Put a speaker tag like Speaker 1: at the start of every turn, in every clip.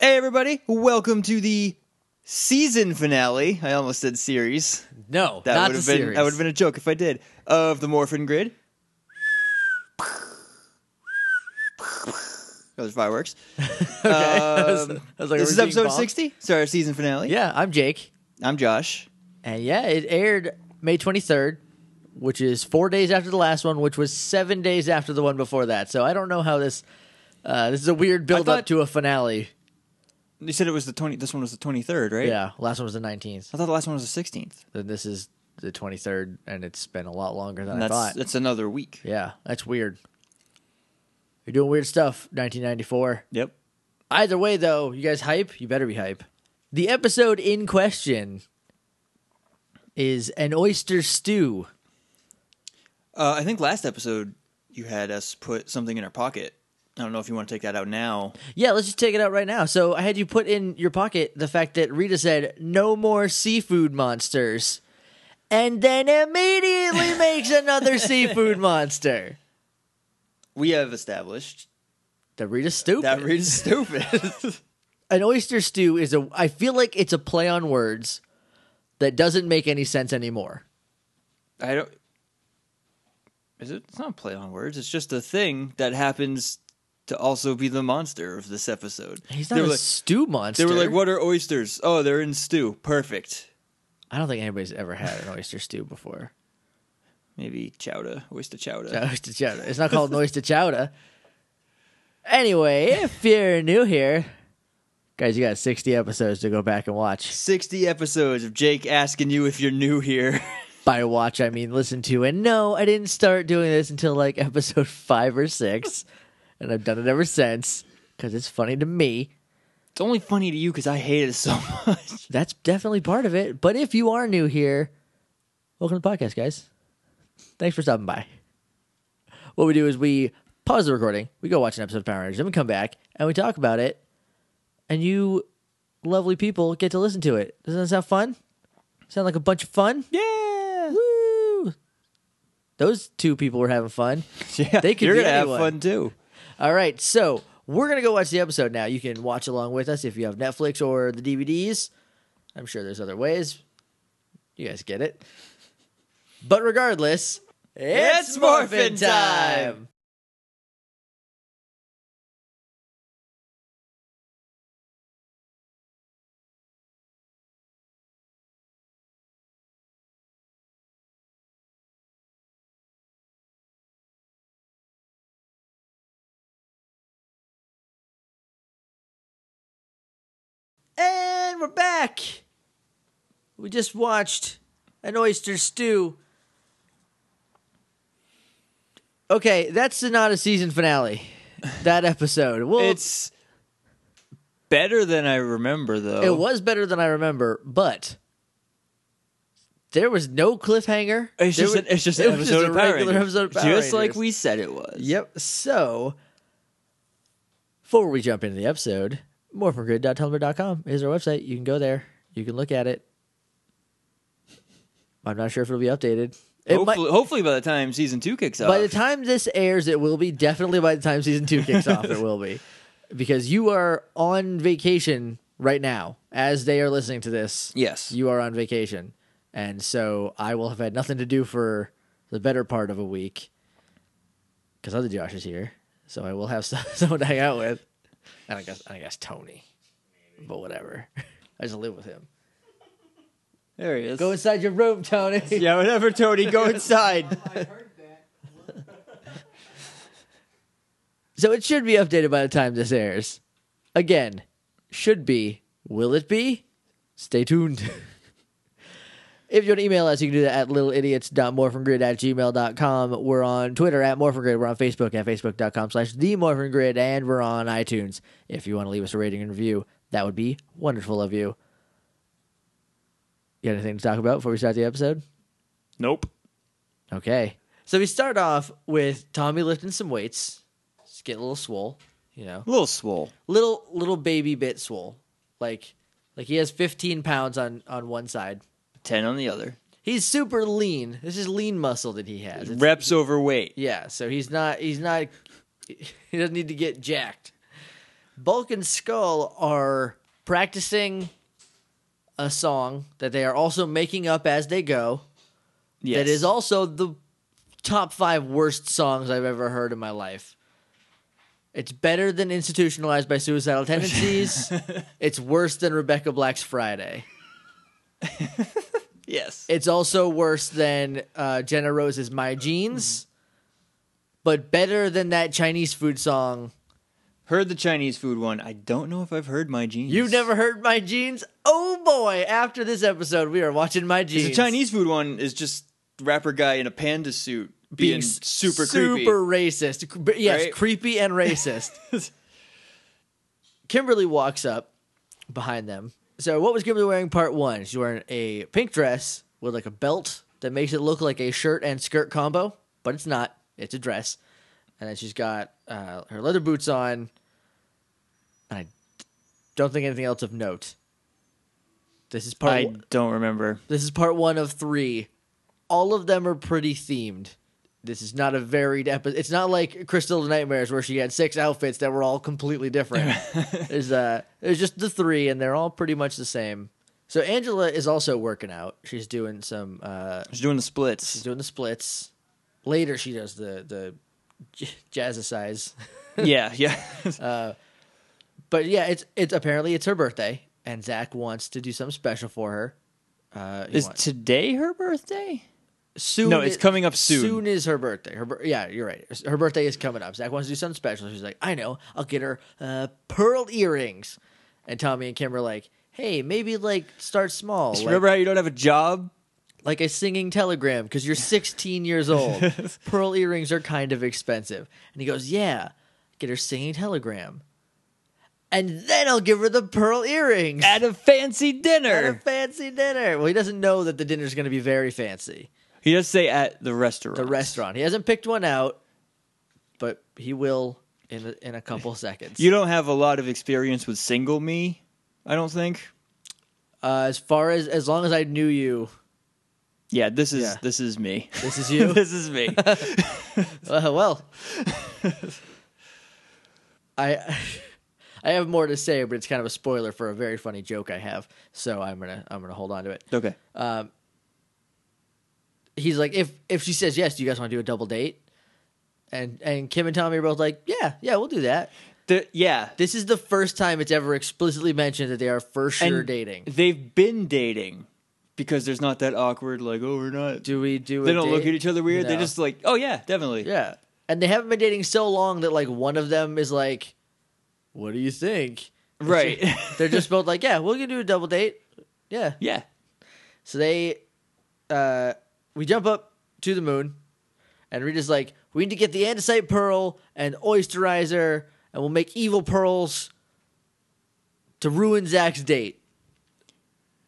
Speaker 1: Hey, everybody. Welcome to the season finale. I almost said series.
Speaker 2: No,
Speaker 1: That
Speaker 2: not
Speaker 1: would
Speaker 2: the
Speaker 1: have been
Speaker 2: series.
Speaker 1: that would have been a joke if I did. Of the Morphin Grid. Those fireworks.
Speaker 2: okay. I was-
Speaker 1: Um,
Speaker 2: I was
Speaker 1: this
Speaker 2: like, are we
Speaker 1: is
Speaker 2: seeing
Speaker 1: episode
Speaker 2: Bob?
Speaker 1: sixty. Sorry, our season finale.
Speaker 2: Yeah, I'm Jake,
Speaker 1: I'm Josh.
Speaker 2: and yeah, it aired May 23rd, which is four days after the last one, which was seven days after the one before that. So I don't know how this. Uh, this is a weird build
Speaker 1: thought-
Speaker 2: up to a finale.
Speaker 1: You said it was the twenty. This one was the twenty third, right?
Speaker 2: Yeah, last one was the 19th.
Speaker 1: I thought the last one was the sixteenth.
Speaker 2: Then this is the 23rd, and it's been a lot longer than I
Speaker 1: That's
Speaker 2: thought.
Speaker 1: that's another week.
Speaker 2: Yeah, that's weird. You're doing weird stuff. 1994.
Speaker 1: Yep.
Speaker 2: Either way, though, you guys hype? You better be hype. The episode in question is an oyster stew.
Speaker 1: Uh, I think last episode you had us put something in our pocket. I don't know if you want to take that out now.
Speaker 2: Yeah, let's just take it out right now. So I had you put in your pocket the fact that Rita said, no more seafood monsters, and then immediately makes another seafood monster.
Speaker 1: We have established
Speaker 2: That Rita's stupid.
Speaker 1: that reads stupid.
Speaker 2: an oyster stew is a, I feel like it's a play on words that doesn't make any sense anymore.
Speaker 1: I don't. Is it? It's not a play on words. It's just a thing that happens to also be the monster of this episode.
Speaker 2: He's not
Speaker 1: they
Speaker 2: a
Speaker 1: were like,
Speaker 2: stew monster.
Speaker 1: they were like, "What are oysters? Oh, they're in stew. Perfect.
Speaker 2: I don't think anybody's ever had an oyster stew before.
Speaker 1: Maybe chowder, oyster chowder.
Speaker 2: Oyster chowder. It's not called an oyster chowder. Anyway, if you're new here, guys, you got 60 episodes to go back and watch.
Speaker 1: Sixty episodes of Jake asking you if you're new here.
Speaker 2: By watch, I mean listen to. And no, I didn't start doing this until like episode five or six, and I've done it ever since because it's funny to me.
Speaker 1: it's only funny to you because I hate it so much.
Speaker 2: That's definitely part of it. But if you are new here, welcome to the podcast, guys. Thanks for stopping by. What we do is we pause the recording, we go watch an episode of Power Rangers, then we come back and we talk about it, and you lovely people get to listen to it. Doesn't that sound fun? Sound like a bunch of fun?
Speaker 1: Yeah.
Speaker 2: Woo! Those two people were having fun.
Speaker 1: Yeah,
Speaker 2: They could
Speaker 1: you're
Speaker 2: be
Speaker 1: gonna
Speaker 2: anyone.
Speaker 1: have fun too.
Speaker 2: All right, so we're gonna go watch the episode now. You can watch along with us if you have Netflix or the DVDs. I'm sure there's other ways. You guys get it. But regardless, it's,
Speaker 1: It's
Speaker 2: morphin
Speaker 1: morphin'
Speaker 2: time.
Speaker 1: time.
Speaker 2: And we're back. We just watched an oyster stew. Okay, that's not a season finale. That episode. Well,
Speaker 1: It's better than I remember, though.
Speaker 2: It was better than I remember, but there was no cliffhanger.
Speaker 1: It's just,
Speaker 2: There was-
Speaker 1: an, it's just
Speaker 2: it
Speaker 1: an
Speaker 2: was
Speaker 1: episode
Speaker 2: just a
Speaker 1: of Power
Speaker 2: regular
Speaker 1: Rangers.
Speaker 2: episode of Power
Speaker 1: just
Speaker 2: Rangers.
Speaker 1: like we said it was.
Speaker 2: Yep. So, before we jump into the episode, morphingrid.tumblr.com is our website. You can go there. You can look at it. I'm not sure if it'll be updated. It might-
Speaker 1: Hopefully, hopefully, by the time season two kicks off,
Speaker 2: by the time this airs, it will be definitely by the time season two kicks off, it will be because you are on vacation right now as they are listening to this.
Speaker 1: Yes.
Speaker 2: you are on vacation, and so I will have had nothing to do for the better part of a week because other Josh is here, so I will have some, someone to hang out with, and I guess I guess Tony, but whatever. I just live with him.
Speaker 1: there he is.
Speaker 2: Go inside your room, Tony.
Speaker 1: yeah, whatever, Tony. Go inside.
Speaker 2: So it should be updated by the time this airs. Again, should be. Will it be? Stay tuned. if you want to email us, you can do that at littleidiots.morphingrid at gmail.com. We're on Twitter at morphingrid. We're on Facebook at facebook.com slash themorphingrid. And we're on iTunes. If you want to leave us a rating and review, that would be wonderful of you. You got anything to talk about before we start the episode?
Speaker 1: nope.
Speaker 2: Okay. So we start off with Tommy lifting some weights. Just get a little swole, you know.
Speaker 1: Little swole.
Speaker 2: Little little baby bit swole. Like like he has 15 pounds on on one side.
Speaker 1: Ten on the other.
Speaker 2: He's super lean. This is lean muscle that he has. It's-
Speaker 1: Reps overweight.
Speaker 2: yeah, so he's not he's not he doesn't need to get jacked. Bulk and Skull are practicing a song that they are also making up as they go.
Speaker 1: Yes.
Speaker 2: That is also the top five worst songs I've ever heard in my life. It's better than Institutionalized by Suicidal Tendencies. it's worse than Rebecca Black's Friday.
Speaker 1: Yes.
Speaker 2: It's also worse than uh, Jenna Rose's My
Speaker 1: Mm-hmm.
Speaker 2: Jeans, but better than that Chinese food song.
Speaker 1: heard the Chinese food one. I don't know if I've heard my jeans.
Speaker 2: You've never heard My Jeans? Oh boy, after this episode, we are watching My Jeans.
Speaker 1: The Chinese food one is just rapper guy in a panda suit being,
Speaker 2: s-
Speaker 1: super, creepy.
Speaker 2: super racist. C- but Yes,
Speaker 1: Right?
Speaker 2: creepy and racist. Kimberly walks up behind them. So, what was Kimberly wearing? Part one. She's wearing a pink dress with like a belt that makes it look like a shirt and skirt combo, but it's not. It's a dress. And then she's got uh, her leather boots on. And I don't think anything else of note. This is part.
Speaker 1: I don't remember.
Speaker 2: This is part one of three. All of them are pretty themed. This is not a varied episode. It's not like Crystal's Nightmares where she had six outfits that were all completely different. there's uh, there's just the three, and they're all pretty much the same. So Angela is also working out. She's doing some. Uh,
Speaker 1: She's doing the splits.
Speaker 2: she's doing the splits. Later, she does the the j- jazzercise.
Speaker 1: yeah, yeah.
Speaker 2: but yeah, it's it's apparently it's her birthday, and Zach wants to do something special for her. Uh, he
Speaker 1: is
Speaker 2: wants-
Speaker 1: today her birthday?
Speaker 2: soon.
Speaker 1: No, it's
Speaker 2: i-
Speaker 1: coming up soon.
Speaker 2: Soon is her birthday. Her, bir- yeah, you're right. Her birthday is coming up. Zach wants to do something special. She's like, I know. I'll get her uh, pearl earrings. And Tommy and Kim are like, Hey, maybe like start small, like,
Speaker 1: Remember how you don't have a job?
Speaker 2: like a singing telegram because you're 16 years old. pearl earrings are kind of expensive. And he goes, Yeah, get her singing telegram, and then I'll give her the pearl earrings
Speaker 1: At a fancy
Speaker 2: at a
Speaker 1: dinner.
Speaker 2: fancy dinner. Well, he doesn't know that the dinner's going to be very fancy.
Speaker 1: he does say at the restaurant.
Speaker 2: the restaurant. He hasn't picked one out, but he will in a, in a couple seconds.
Speaker 1: You don't have a lot of experience with single me, I don't think.
Speaker 2: uh, as far as as long as I knew you,
Speaker 1: Yeah, this is
Speaker 2: Yeah.
Speaker 1: this is me.
Speaker 2: this is you.
Speaker 1: this is me.
Speaker 2: Uh, well, I I have more to say, but it's kind of a spoiler for a very funny joke I have, so I'm gonna I'm gonna hold on to it. Um,
Speaker 1: okay.
Speaker 2: He's like, if if she says yes, do you guys want to do a double date? And and Kim and Tommy are both like, yeah, yeah, we'll do that.
Speaker 1: The- yeah.
Speaker 2: This is the first time it's ever explicitly mentioned that they are for sure
Speaker 1: And
Speaker 2: dating.
Speaker 1: They've been dating because there's not that awkward like, oh, we're not.
Speaker 2: Do we do?
Speaker 1: they
Speaker 2: a
Speaker 1: don't look
Speaker 2: date?
Speaker 1: at each other weird. They
Speaker 2: No.
Speaker 1: just like, oh yeah, definitely.
Speaker 2: Yeah. And they haven't been dating so long that like one of them is like, "What do you think?" And
Speaker 1: Right.
Speaker 2: she- they're just both like, "Yeah, we're gonna do a double date." Yeah.
Speaker 1: yeah.
Speaker 2: So they, uh, we jump up to the moon, and Rita's like, "We need to get the andesite pearl and oysterizer, and we'll make evil pearls to ruin Zach's date."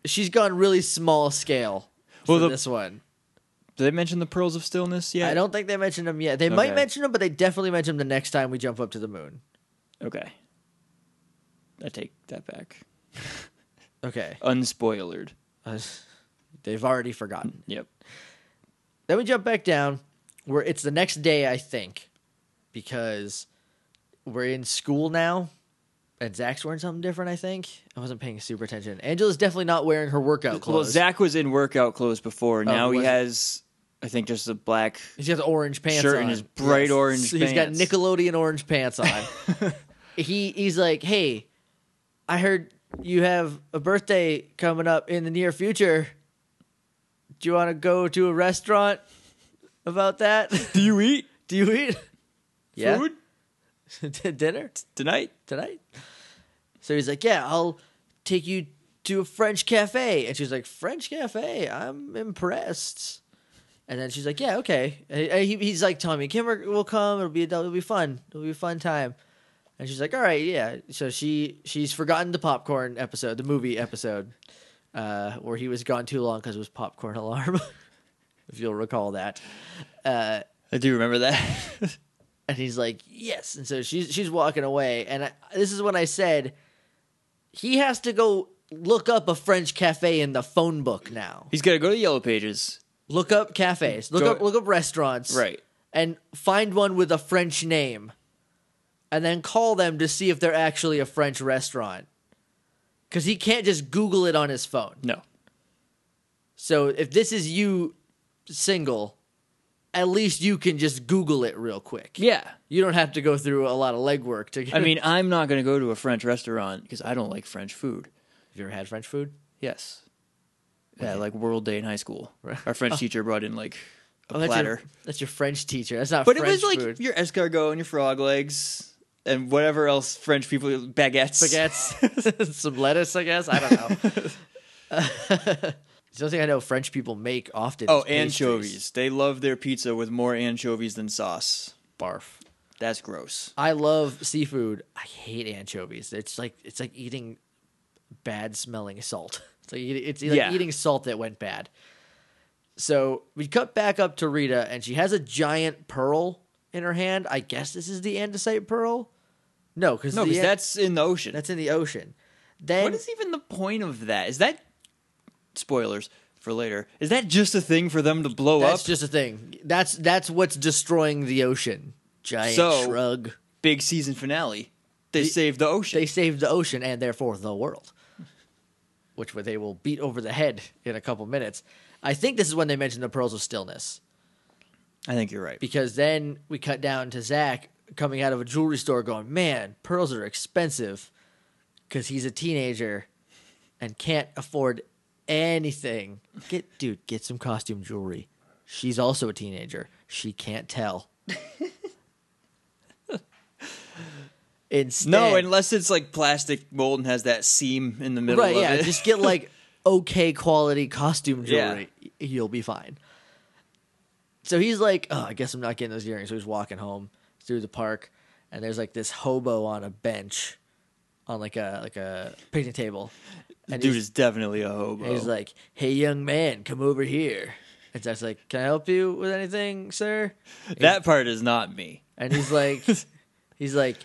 Speaker 2: She's gone really small scale.
Speaker 1: Well,
Speaker 2: for
Speaker 1: the-
Speaker 2: this one.
Speaker 1: Did they mention the pearls of stillness yet?
Speaker 2: I don't think they mentioned them yet. They might
Speaker 1: Okay.
Speaker 2: mention them, but they definitely mention them the next time we jump up to the moon.
Speaker 1: Okay. I take that back.
Speaker 2: Okay.
Speaker 1: Unspoilered.
Speaker 2: Uh, they've already forgotten.
Speaker 1: Yep.
Speaker 2: Then we jump back down where it's the next day, I think, because we're in school now and Zach's wearing something different, I think. I wasn't paying super attention. Angela's definitely not wearing her workout clothes.
Speaker 1: Well, Zach was in workout clothes before. now
Speaker 2: he
Speaker 1: he
Speaker 2: wasn't.
Speaker 1: has, I think, just a black.
Speaker 2: He's got the orange pants
Speaker 1: Shirt
Speaker 2: on.
Speaker 1: and his bright orange
Speaker 2: So He's got
Speaker 1: pants.
Speaker 2: Nickelodeon orange pants on. he he's like, "Hey, I heard you have a birthday coming up in the near future. Do you want to go to a restaurant about that?
Speaker 1: Do you eat
Speaker 2: Do you eat yeah.
Speaker 1: food
Speaker 2: To dinner
Speaker 1: tonight?
Speaker 2: tonight?" So he's like, "Yeah, I'll take you to a French cafe." And she's like, "French cafe? I'm impressed." And then she's like, "Yeah, okay." And he, he's like, "Tommy Kim will come. It'll be a, it'll be fun. It'll be a fun time." And she's like, "All right, yeah." So she she's forgotten the popcorn episode, the movie episode, uh, where he was gone too long because it was popcorn alarm, if you'll recall that. Uh,
Speaker 1: I do remember that.
Speaker 2: and he's like, "Yes." And so she's she's walking away, and I, this is when I said he has to go look up a French cafe in the phone book now.
Speaker 1: He's got to go to Yellow Pages.
Speaker 2: Look up cafes. Look
Speaker 1: Go-
Speaker 2: up look up restaurants.
Speaker 1: Right.
Speaker 2: And find one with a French name. and then call them to see if they're actually a French restaurant. Because he can't just Google it on his phone.
Speaker 1: No.
Speaker 2: So if this is you single, at least you can just Google it real quick.
Speaker 1: Yeah.
Speaker 2: You don't have to go through a lot of legwork to get
Speaker 1: I mean, I'm not going to go to a French restaurant because I don't like French food.
Speaker 2: Have you ever had French food?
Speaker 1: Yes. Yeah, like World Day in high school. Our French teacher brought in like a
Speaker 2: Oh, that's
Speaker 1: platter.
Speaker 2: your, that's your French teacher. That's not
Speaker 1: But it was
Speaker 2: French
Speaker 1: like
Speaker 2: food.
Speaker 1: your escargot and your frog legs and whatever else French people baguettes.
Speaker 2: baguettes, some lettuce, I guess. I don't know. it's the only thing I know French people make often.
Speaker 1: Oh,
Speaker 2: is pastries.
Speaker 1: anchovies. They love their pizza with more anchovies than sauce.
Speaker 2: Barf.
Speaker 1: That's gross.
Speaker 2: I love seafood. I hate anchovies. It's like it's like eating bad smelling salt. It's like eat- it's like
Speaker 1: Yeah.
Speaker 2: eating salt that went bad. So we cut back up to Rita, and she has a giant pearl in her hand. I guess this is the andesite pearl. No, because
Speaker 1: No, because that's in the ocean.
Speaker 2: that's in the ocean. Then
Speaker 1: what is even the point of that? Is that spoilers for later? Is that just a thing for them to blow
Speaker 2: That's
Speaker 1: up?
Speaker 2: just a thing. That's that's what's destroying the ocean. Giant
Speaker 1: So-
Speaker 2: shrug.
Speaker 1: Big season finale. They
Speaker 2: The-
Speaker 1: saved the ocean.
Speaker 2: They saved the ocean and therefore the world, which they will beat over the head in a couple minutes. I think this is when they mention the pearls of stillness
Speaker 1: I think you're right.
Speaker 2: because then we cut down to Zach coming out of a jewelry store going, "Man, pearls are expensive," because he's a teenager and can't afford anything. Get dude, get some costume jewelry. She's also a teenager. She can't tell. Instead,
Speaker 1: No, unless it's like plastic mold and has that seam in the middle
Speaker 2: right?
Speaker 1: of
Speaker 2: Yeah,
Speaker 1: it.
Speaker 2: just get like okay quality costume
Speaker 1: Yeah.
Speaker 2: jewelry. Y- You'll be fine. So he's like, "Oh, I guess I'm not getting those earrings." So he's walking home through the park, and there's like this hobo on a bench, on like a like a picnic table, and
Speaker 1: Dude
Speaker 2: he's,
Speaker 1: is definitely a hobo.
Speaker 2: and he's like, "Hey, young man, come over here." And Zach's like, "Can I help you with anything, sir?"
Speaker 1: that part is not me.
Speaker 2: And he's like, he's like,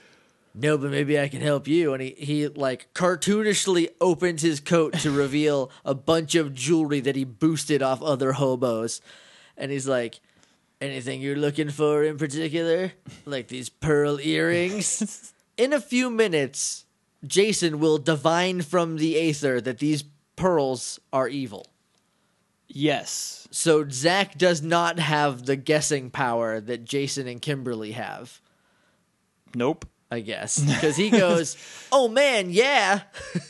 Speaker 2: no, but maybe I can help you. And he, he like cartoonishly opens his coat to reveal a bunch of jewelry that he boosted off other hobos. And he's like, anything you're looking for in particular? Like these pearl earrings? in a few minutes, Jason will divine from the aether that these pearls are evil.
Speaker 1: Yes.
Speaker 2: So Zach does not have the guessing power that Jason and Kimberly have.
Speaker 1: Nope.
Speaker 2: I guess, because he goes, "Oh man, yeah."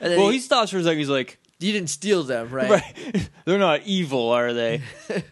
Speaker 2: and then
Speaker 1: Well,
Speaker 2: he,
Speaker 1: he stops for a second. He's like,
Speaker 2: you didn't steal them, right?
Speaker 1: right. They're not evil, are they?
Speaker 2: And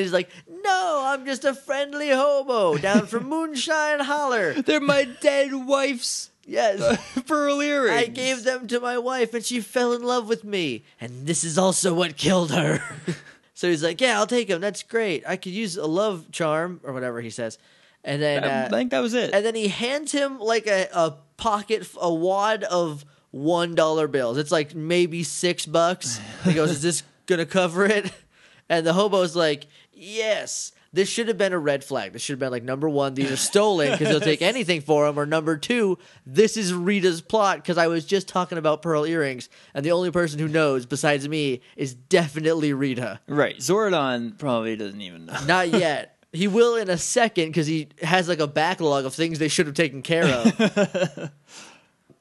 Speaker 2: he's like, "No, I'm just a friendly hobo down from Moonshine Holler."
Speaker 1: They're my dead wife's
Speaker 2: Yes,
Speaker 1: pearl earrings.
Speaker 2: I gave them to my wife, and she fell in love with me, and this is also what killed her. so he's like, "Yeah, I'll take them. That's great. I could use a love charm or whatever he says." And then
Speaker 1: I
Speaker 2: uh,
Speaker 1: think that was it.
Speaker 2: and then he hands him like a, a pocket a wad of one dollar bills it's like maybe six bucks he goes is this gonna cover it and the hobo's like yes this should have been a red flag this should have been like number one these are stolen because they'll take anything for them or number two this is rita's plot because i was just talking about pearl earrings and the only person who knows besides me is definitely rita
Speaker 1: Right. Zordon probably doesn't even know.
Speaker 2: not yet. he will in a second because he has like a backlog of things they should have taken care of.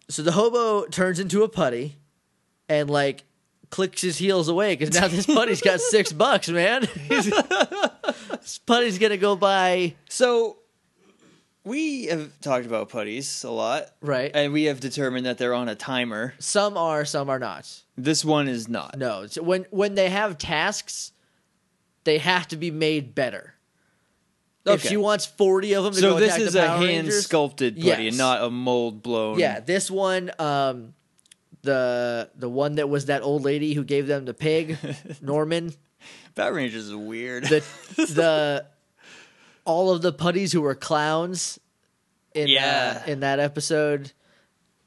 Speaker 2: so the hobo turns into a putty and like clicks his heels away because now this putty's got six bucks, man. this putty's gonna go buy
Speaker 1: So we have talked about putties a lot.
Speaker 2: Right.
Speaker 1: And we have determined that they're on a timer.
Speaker 2: some are, some are not.
Speaker 1: This one is not.
Speaker 2: No, so when when they have tasks, they have to be made better. If
Speaker 1: Okay.
Speaker 2: she wants forty of them, to
Speaker 1: So
Speaker 2: go
Speaker 1: this
Speaker 2: attack
Speaker 1: is
Speaker 2: the
Speaker 1: a
Speaker 2: Power
Speaker 1: hand
Speaker 2: Rangers,
Speaker 1: sculpted putty
Speaker 2: Yes.
Speaker 1: and not a mold blown.
Speaker 2: Yeah, this one, um, the the one that was that old lady who gave them the pig, Norman.
Speaker 1: Power Rangers is weird.
Speaker 2: The the all of the putties who were clowns in
Speaker 1: Yeah.
Speaker 2: uh, in that episode,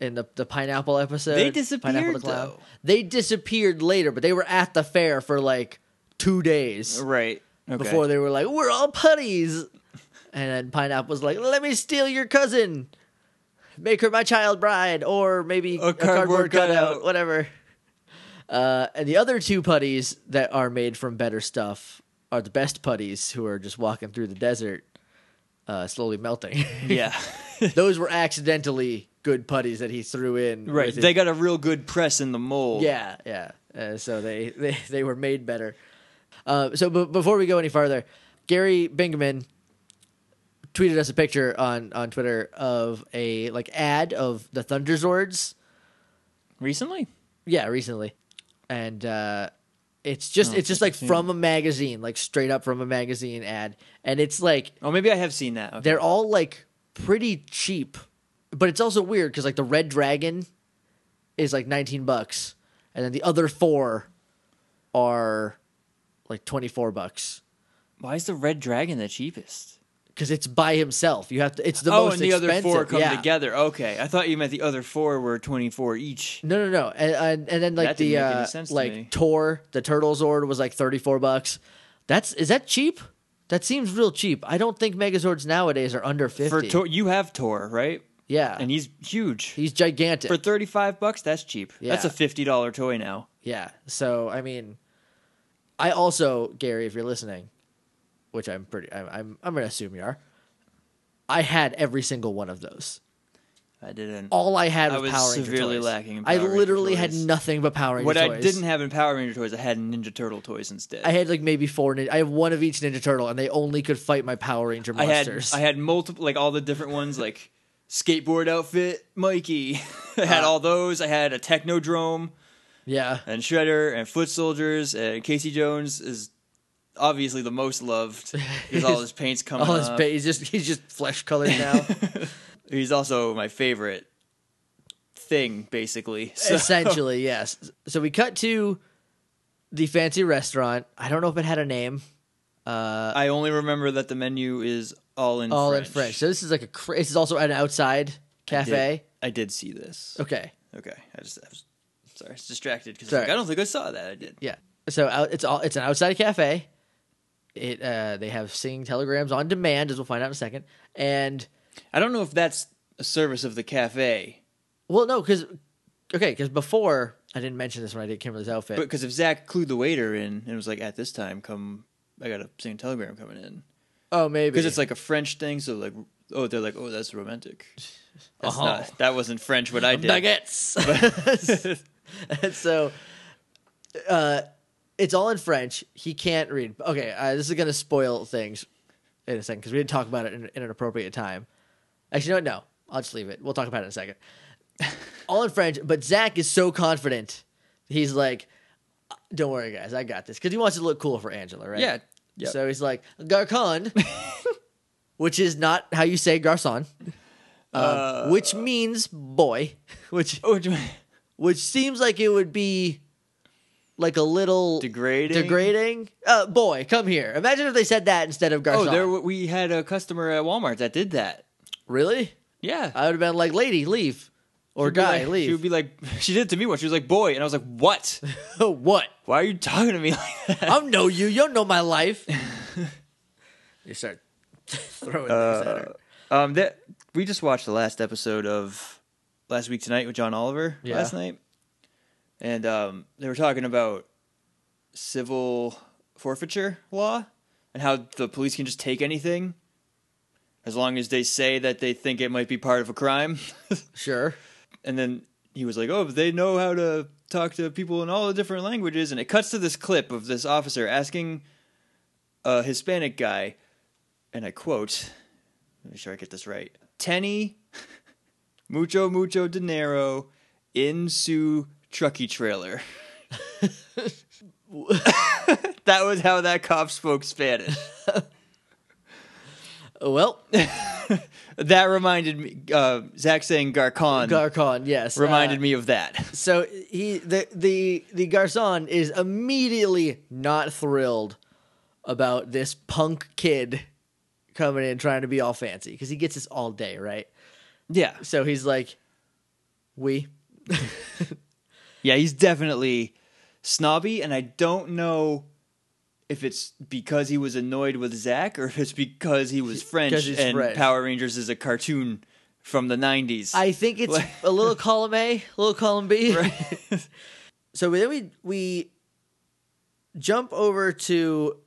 Speaker 2: in the the pineapple episode,
Speaker 1: They
Speaker 2: Pineapple the
Speaker 1: disappeared,
Speaker 2: Clown.
Speaker 1: though.
Speaker 2: They disappeared later, but they were at the fair for like two days
Speaker 1: right. Okay.
Speaker 2: before they were like, "We're all putties," and then Pineapple was like, "Let me steal your cousin, make her my child bride, or maybe a cardboard,
Speaker 1: cardboard
Speaker 2: cutout,
Speaker 1: cutout."
Speaker 2: whatever." Uh, and the other two putties that are made from better stuff are the best putties who are just walking through the desert, uh, slowly melting.
Speaker 1: yeah.
Speaker 2: Those were accidentally good putties that he threw in.
Speaker 1: Right.
Speaker 2: with
Speaker 1: They
Speaker 2: his-
Speaker 1: got a real good press in the mold.
Speaker 2: Yeah, yeah. Uh, so they, they they were made better. Uh, so b- before we go any farther, Gary Bingaman tweeted us a picture on on Twitter of a like ad of the Thunderzords.
Speaker 1: Recently?
Speaker 2: Yeah, recently, and uh, it's just
Speaker 1: Oh,
Speaker 2: it's just
Speaker 1: I
Speaker 2: like
Speaker 1: see.
Speaker 2: from a magazine, like straight up from a magazine ad, and it's like
Speaker 1: Oh, maybe I have seen that. Okay.
Speaker 2: they're all like pretty cheap, but it's also weird because like the Red Dragon is like nineteen bucks, and then the other four are like twenty four bucks
Speaker 1: Why is the red dragon the cheapest?
Speaker 2: because it's by himself. You have to. It's the
Speaker 1: oh,
Speaker 2: most
Speaker 1: and the other four
Speaker 2: expensive,
Speaker 1: come
Speaker 2: yeah.
Speaker 1: together. Okay, I thought you meant the other four were twenty four each.
Speaker 2: No, no, no, and and, and then like
Speaker 1: That didn't
Speaker 2: the
Speaker 1: make any
Speaker 2: uh,
Speaker 1: sense to me.
Speaker 2: like Tor, the Turtle Zord was like thirty four bucks. That's is that cheap? That seems real cheap. I don't think Megazords nowadays are under fifty.
Speaker 1: For Tor, you have Tor, right?
Speaker 2: yeah,
Speaker 1: And he's huge.
Speaker 2: he's gigantic.
Speaker 1: For thirty five bucks, that's cheap. That's a
Speaker 2: Yeah.
Speaker 1: fifty dollar toy now.
Speaker 2: Yeah. So I mean, I also Gary, if you're listening, which I'm pretty, I'm, I'm, I'm gonna assume you are. I had every single one of those.
Speaker 1: I didn't.
Speaker 2: All I had
Speaker 1: I
Speaker 2: was,
Speaker 1: was
Speaker 2: Power Ranger
Speaker 1: severely
Speaker 2: toys.
Speaker 1: lacking in
Speaker 2: I
Speaker 1: Power Ranger
Speaker 2: literally had
Speaker 1: toys.
Speaker 2: nothing but Power Ranger
Speaker 1: what
Speaker 2: toys.
Speaker 1: I didn't have in Power Ranger toys, I had in Ninja Turtle toys instead.
Speaker 2: I had like maybe four. Nin- I have one of each Ninja Turtle, and they only could fight my Power Ranger
Speaker 1: I had
Speaker 2: monsters.
Speaker 1: I had multiple like all the different ones like skateboard outfit Mikey. I had
Speaker 2: Uh,
Speaker 1: all those. I had a Technodrome
Speaker 2: yeah,
Speaker 1: and Shredder and Foot Soldiers and Casey Jones is obviously the most loved because all his paint's coming
Speaker 2: all his
Speaker 1: up.
Speaker 2: ba- he's just he's just flesh colored now.
Speaker 1: He's also my favorite thing basically. So
Speaker 2: Essentially, yes. So we cut to the fancy restaurant. I don't know if it had a name. Uh,
Speaker 1: I only remember that the menu is all in
Speaker 2: all
Speaker 1: French.
Speaker 2: in French. So this is like a cra- this is also an outside cafe.
Speaker 1: I did see this.
Speaker 2: Okay,
Speaker 1: Okay, I just I was, sorry, I was distracted because
Speaker 2: Sorry.
Speaker 1: I don't think I saw that. I did.
Speaker 2: yeah. So out, it's all it's an outside cafe. It uh, they have singing telegrams on demand, as we'll find out in a second. And
Speaker 1: I don't know if that's a service of the cafe,
Speaker 2: well, no, because okay, because before I didn't mention this when I did Kimberly's outfit.
Speaker 1: but because if Zach clued the waiter in and was like, "At this time, come," I got a same telegram coming in
Speaker 2: oh, maybe
Speaker 1: because it's like a French thing. So like, oh, they're like, "Oh, that's romantic." That's
Speaker 2: Uh-huh.
Speaker 1: not, that wasn't French. What I did.
Speaker 2: nuggets. and so, uh, it's all in French. He can't read. Okay, uh, this is gonna spoil things in a second because we didn't talk about it in, in an appropriate time. Actually, no, no, I'll just leave it. We'll talk about it in a second. all in French, but Zach is so confident. He's like, "Uh, "Don't worry, guys, I got this," because he wants to look cool for Angela, right?
Speaker 1: Yeah. Yep.
Speaker 2: So he's like, "Garcon," which is not how you say garçon.
Speaker 1: Uh,
Speaker 2: Um, which means boy, which
Speaker 1: Oh, do-
Speaker 2: which seems like it would be like a little
Speaker 1: degrading.
Speaker 2: degrading. Uh, boy, come here. Imagine if they said that instead of
Speaker 1: Oh,
Speaker 2: garçon.
Speaker 1: there w- we had a customer at Walmart that did that.
Speaker 2: really?
Speaker 1: Yeah.
Speaker 2: I would have been like, lady, leave, or
Speaker 1: She'd be like-
Speaker 2: guy,
Speaker 1: She would
Speaker 2: leave.
Speaker 1: be like, she did it to me once. She was like, "Boy," and I was like, "What?
Speaker 2: Oh, what?
Speaker 1: Why are you talking to me like that?"
Speaker 2: I don't know you. You don't know my life. you start throwing
Speaker 1: Uh,
Speaker 2: things at her.
Speaker 1: Um, that we just watched the last episode of last week tonight with John Oliver
Speaker 2: Yeah.
Speaker 1: last night, and um, they were talking about civil forfeiture law and how the police can just take anything as long as they say that they think it might be part of a crime.
Speaker 2: Sure.
Speaker 1: and then he was like, "Oh, but they know how to talk to people in all the different languages." And it cuts to this clip of this officer asking a Hispanic guy, and I quote, "Let me sure I get this right: Tenny, mucho mucho dinero in su trucky trailer." that was how that cop spoke Spanish.
Speaker 2: Well,
Speaker 1: That reminded me. Uh, Zach saying "garcon"
Speaker 2: Garcon. Yes.
Speaker 1: reminded
Speaker 2: uh,
Speaker 1: me of that.
Speaker 2: So he the the the garçon is immediately not thrilled about this punk kid coming in trying to be all fancy because he gets this all day, right?
Speaker 1: Yeah.
Speaker 2: So he's like, "We
Speaker 1: Yeah, he's definitely snobby, and I don't know if it's because he was annoyed with Zach or if it's because he was French
Speaker 2: he's
Speaker 1: and
Speaker 2: French.
Speaker 1: Power Rangers is a cartoon from the '90s.
Speaker 2: I think it's a little column A, a little column B.
Speaker 1: Right.
Speaker 2: so then we we jump over to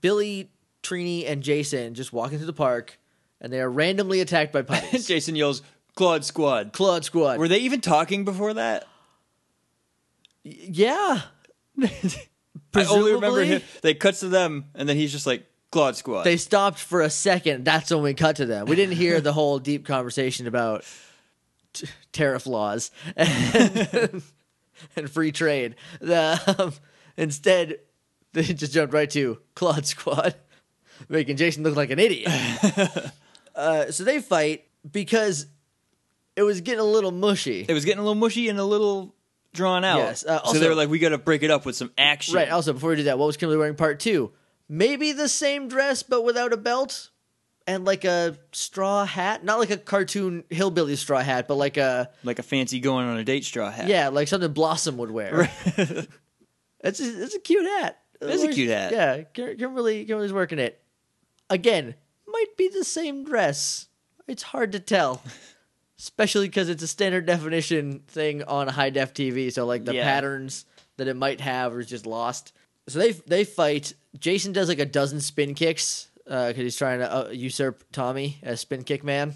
Speaker 2: Billy, Trini, and Jason just walking through the park, and they are randomly attacked by putties.
Speaker 1: Jason yells, Claude Squad.
Speaker 2: Claude Squad.
Speaker 1: Were they even talking before that?
Speaker 2: yeah.
Speaker 1: I only remember
Speaker 2: Presumably.
Speaker 1: him. They cuts to them, and then he's just like, Claude Squad.
Speaker 2: They stopped for a second. That's when we cut to them. We didn't hear the whole deep conversation about t- tariff laws and, and free trade. The, um, instead, they just jumped right to Claude Squad, making Jason look like an idiot. uh, so they fight because it was getting a little mushy.
Speaker 1: it was getting a little mushy and a little drawn out.
Speaker 2: Yes, uh,
Speaker 1: so they
Speaker 2: also-
Speaker 1: were like, we got to break it up with some action.
Speaker 2: Right. Also, before we do that, what was Kimberly wearing? Part two. Maybe the same dress, but without a belt and like a straw hat. Not like a cartoon hillbilly straw hat, but like a
Speaker 1: like a fancy going on a date straw hat.
Speaker 2: yeah, like something Blossom would wear. It's a, it's a cute hat.
Speaker 1: is a cute hat.
Speaker 2: Yeah, Kim- Kimberly Kimberly's working it. Again, might be the same dress. It's hard to tell. Especially because it's a standard definition thing on high def TV, so like the
Speaker 1: Yeah.
Speaker 2: patterns that it might have is just lost. So they they fight. Jason does like a dozen spin kicks because he's trying to uh, usurp Tommy as spin kick man.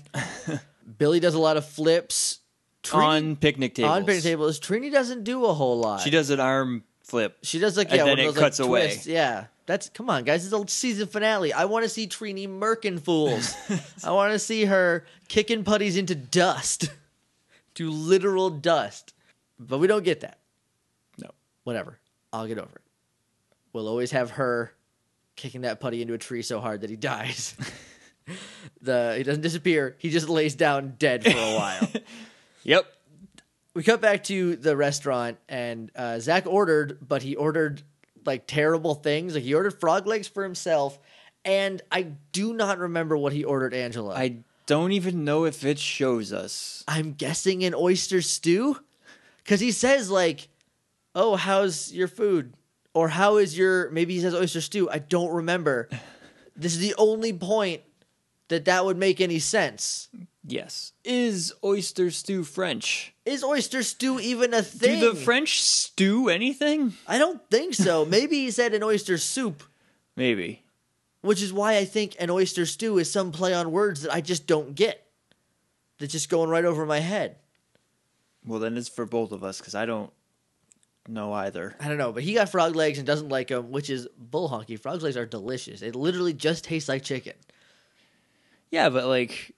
Speaker 2: Billy does a lot of flips. Trini-
Speaker 1: on picnic tables.
Speaker 2: on picnic tables. Trini doesn't do a whole lot.
Speaker 1: She does an arm flip.
Speaker 2: She does like
Speaker 1: And
Speaker 2: yeah,
Speaker 1: then
Speaker 2: one
Speaker 1: it
Speaker 2: of those, like,
Speaker 1: cuts away.
Speaker 2: twists. Yeah, that's come on, guys. It's a season finale. I want to see Trini murking fools. I want to see her kicking putties into dust, to literal dust. But we don't get that.
Speaker 1: No.
Speaker 2: Whatever. I'll get over it. We'll always have her kicking that putty into a tree so hard that he dies. the he doesn't disappear. He just lays down dead for a while
Speaker 1: Yep.
Speaker 2: we cut back to the restaurant and uh, zach ordered but he ordered like terrible things like he ordered frog legs for himself and i do not remember what he ordered angela I,
Speaker 1: I don't even know if it shows us.
Speaker 2: i'm guessing an oyster stew because he says like oh how's your food or how is your maybe he says oyster stew i don't remember this is the only point that that would make any sense
Speaker 1: Yes. Is oyster stew French?
Speaker 2: is oyster stew even a thing
Speaker 1: Do the French stew anything?
Speaker 2: i don't think so maybe he said an oyster soup
Speaker 1: Maybe.
Speaker 2: Which is why I think an oyster stew is some play on words that I just don't get. That's just going right over my head.
Speaker 1: Well, then it's for both of us because I don't know either.
Speaker 2: I don't know, but he got frog legs and doesn't like them, which is bull honky. Frog legs are delicious. It literally just tastes like chicken.
Speaker 1: Yeah, but like,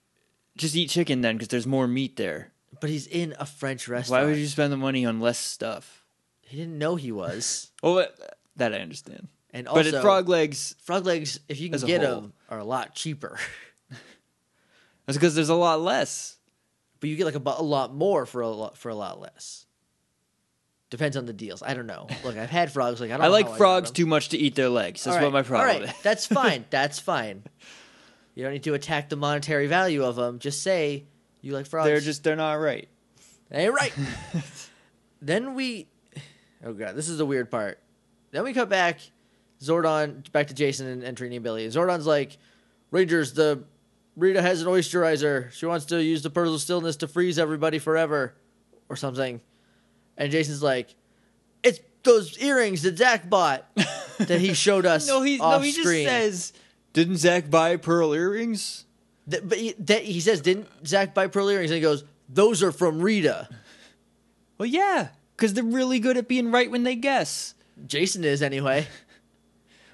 Speaker 1: just eat chicken then because there's more meat there.
Speaker 2: But he's in a French restaurant.
Speaker 1: Why would you spend the money on less stuff?
Speaker 2: He didn't know he was.
Speaker 1: Oh, that- that I understand.
Speaker 2: And
Speaker 1: but
Speaker 2: also,
Speaker 1: at frog legs,
Speaker 2: frog legs, if you
Speaker 1: as
Speaker 2: can
Speaker 1: a
Speaker 2: get
Speaker 1: whole.
Speaker 2: them, are a lot cheaper.
Speaker 1: that's because there's a lot less.
Speaker 2: but you get like a, bu- a lot more for a lot for a lot less. Depends on the deals. I don't know. Look, I've had frogs. Like I don't.
Speaker 1: I
Speaker 2: know
Speaker 1: like
Speaker 2: how got
Speaker 1: frogs
Speaker 2: 'em.
Speaker 1: too much to eat their legs. That's what
Speaker 2: All
Speaker 1: my
Speaker 2: right,
Speaker 1: problem
Speaker 2: all right,
Speaker 1: is.
Speaker 2: That's fine. That's fine. You don't need to attack the monetary value of them. Just say you like frogs.
Speaker 1: They're just they're not right.
Speaker 2: That ain't right. then we, oh god, this is the weird part. Then we cut back, Zordon back to Jason and, and Trini and Billy. Zordon's like, Rangers, the Rita has an oysturizer. She wants to use the pearl of stillness to freeze everybody forever, or something. And Jason's like, it's those earrings that Zach bought that he showed us.
Speaker 1: No, he no
Speaker 2: off
Speaker 1: he just
Speaker 2: screen.
Speaker 1: says, "Didn't Zach buy pearl earrings?"
Speaker 2: Th- but he, that, he says, didn't Zach buy pearl earrings? And he goes, those are from Rita.
Speaker 1: Well, yeah, because they're really good at being right when they guess.
Speaker 2: Jason is anyway.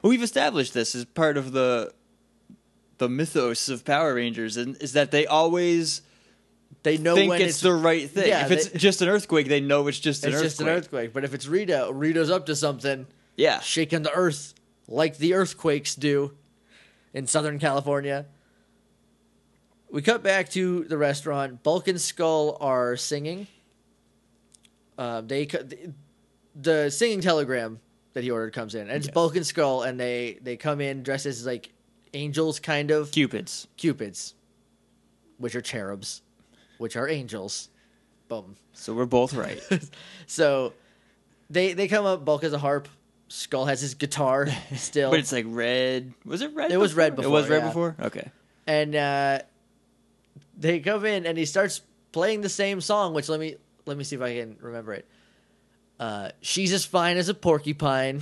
Speaker 1: We've established this as part of the the mythos of Power Rangers, and is that they always
Speaker 2: They know
Speaker 1: think
Speaker 2: when
Speaker 1: it's,
Speaker 2: it's,
Speaker 1: the right thing.
Speaker 2: Yeah,
Speaker 1: if it's
Speaker 2: they-
Speaker 1: just an earthquake, they know it's just an
Speaker 2: it's
Speaker 1: earthquake.
Speaker 2: just an earthquake. But if it's Rita, Rita's up to something,
Speaker 1: Yeah,
Speaker 2: shaking the earth like the earthquakes do in Southern California. We cut back to the restaurant. Bulk and Skull are singing. Um, they co- th- the singing telegram that he ordered comes in, and it's
Speaker 1: Yes.
Speaker 2: Bulk and Skull, and they they come in dressed as like angels, kind of
Speaker 1: cupids.
Speaker 2: cupids, which are cherubs, which are angels. Boom.
Speaker 1: So we're both right.
Speaker 2: So they they come up. Bulk has a harp. Skull has his guitar still,
Speaker 1: but it's like red. Was it red?
Speaker 2: It was red
Speaker 1: It was
Speaker 2: before,
Speaker 1: red
Speaker 2: yeah.
Speaker 1: before. Okay.
Speaker 2: and uh, they come in and he starts playing the same song. Which let me let me see if I can remember it. Uh, she's as fine as a porcupine,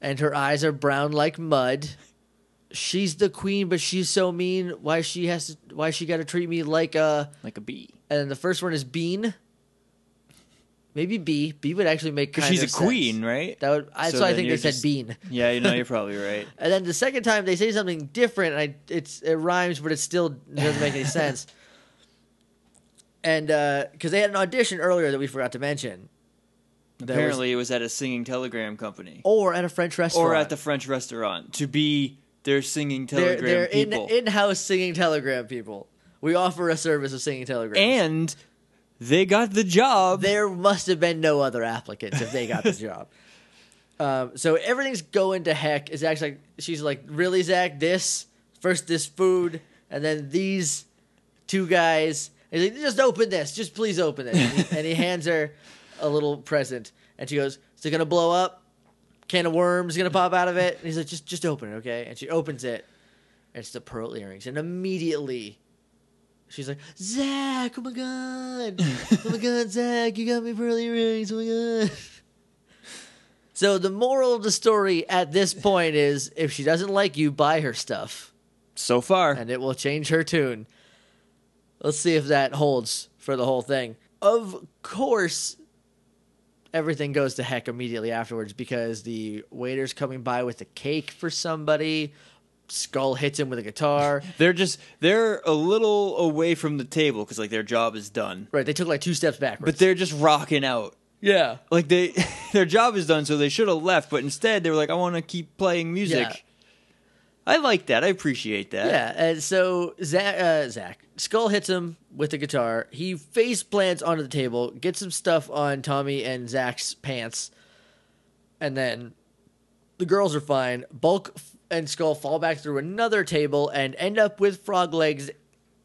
Speaker 2: and her eyes are brown like mud. she's the queen, but she's so mean. Why she has to? Why she got to treat me like a?
Speaker 1: like a bee.
Speaker 2: And then the first one is Bean. Maybe B. B would actually make kind
Speaker 1: Because she's
Speaker 2: of
Speaker 1: a
Speaker 2: sense.
Speaker 1: queen, right?
Speaker 2: That would. I,
Speaker 1: So
Speaker 2: so, I
Speaker 1: then
Speaker 2: think they
Speaker 1: you're
Speaker 2: said
Speaker 1: just-
Speaker 2: Bean.
Speaker 1: yeah, you know, you're probably right.
Speaker 2: And then the second time they say something different. And I it's it rhymes, but it still doesn't make any sense. And because they had an audition earlier that we forgot to mention, That was-
Speaker 1: Apparently, it was at a singing telegram company
Speaker 2: or at a French restaurant,
Speaker 1: or at the French restaurant to be their singing
Speaker 2: they're,
Speaker 1: telegram
Speaker 2: they're in
Speaker 1: people.
Speaker 2: in-house singing telegram people. We offer a service of singing telegrams.
Speaker 1: and they got the job.
Speaker 2: there must have been no other applicants if they got the job. Um, so everything's going to heck. Is actually like, she's like, really, Zach? This first, this food, and then these two guys. And he's like, just open this. Just please open it. And he, and he hands her a little present, and she goes, "Is it gonna blow up? Can of worms gonna pop out of it?" And he's like, "Just, just open it, okay?" And she opens it, and it's the pearl earrings, and immediately. She's like, Zach, oh my god, oh my god, Zach, you got me pearl earrings, oh my god. So the moral of the story at this point is, if she doesn't like you, buy her stuff,
Speaker 1: so far,
Speaker 2: and it will change her tune. Let's see if that holds for the whole thing. Of course, everything goes to heck immediately afterwards because the waiter's coming by with a cake for somebody. Skull hits him with a guitar.
Speaker 1: they're just they're a little away from the table because like their job is done,
Speaker 2: right, they took like two steps backwards.
Speaker 1: but they're just rocking out.
Speaker 2: yeah.
Speaker 1: Like they, their job is done, so they should have left. But instead, they were like, "I want to keep playing music."
Speaker 2: Yeah.
Speaker 1: I like that. I appreciate that.
Speaker 2: Yeah, and so Zach, uh, Zach Skull hits him with the guitar. He face plants onto the table, gets some stuff on Tommy and Zach's pants, and then the girls are fine. Bulk f- and Skull fall back through another table and end up with frog legs,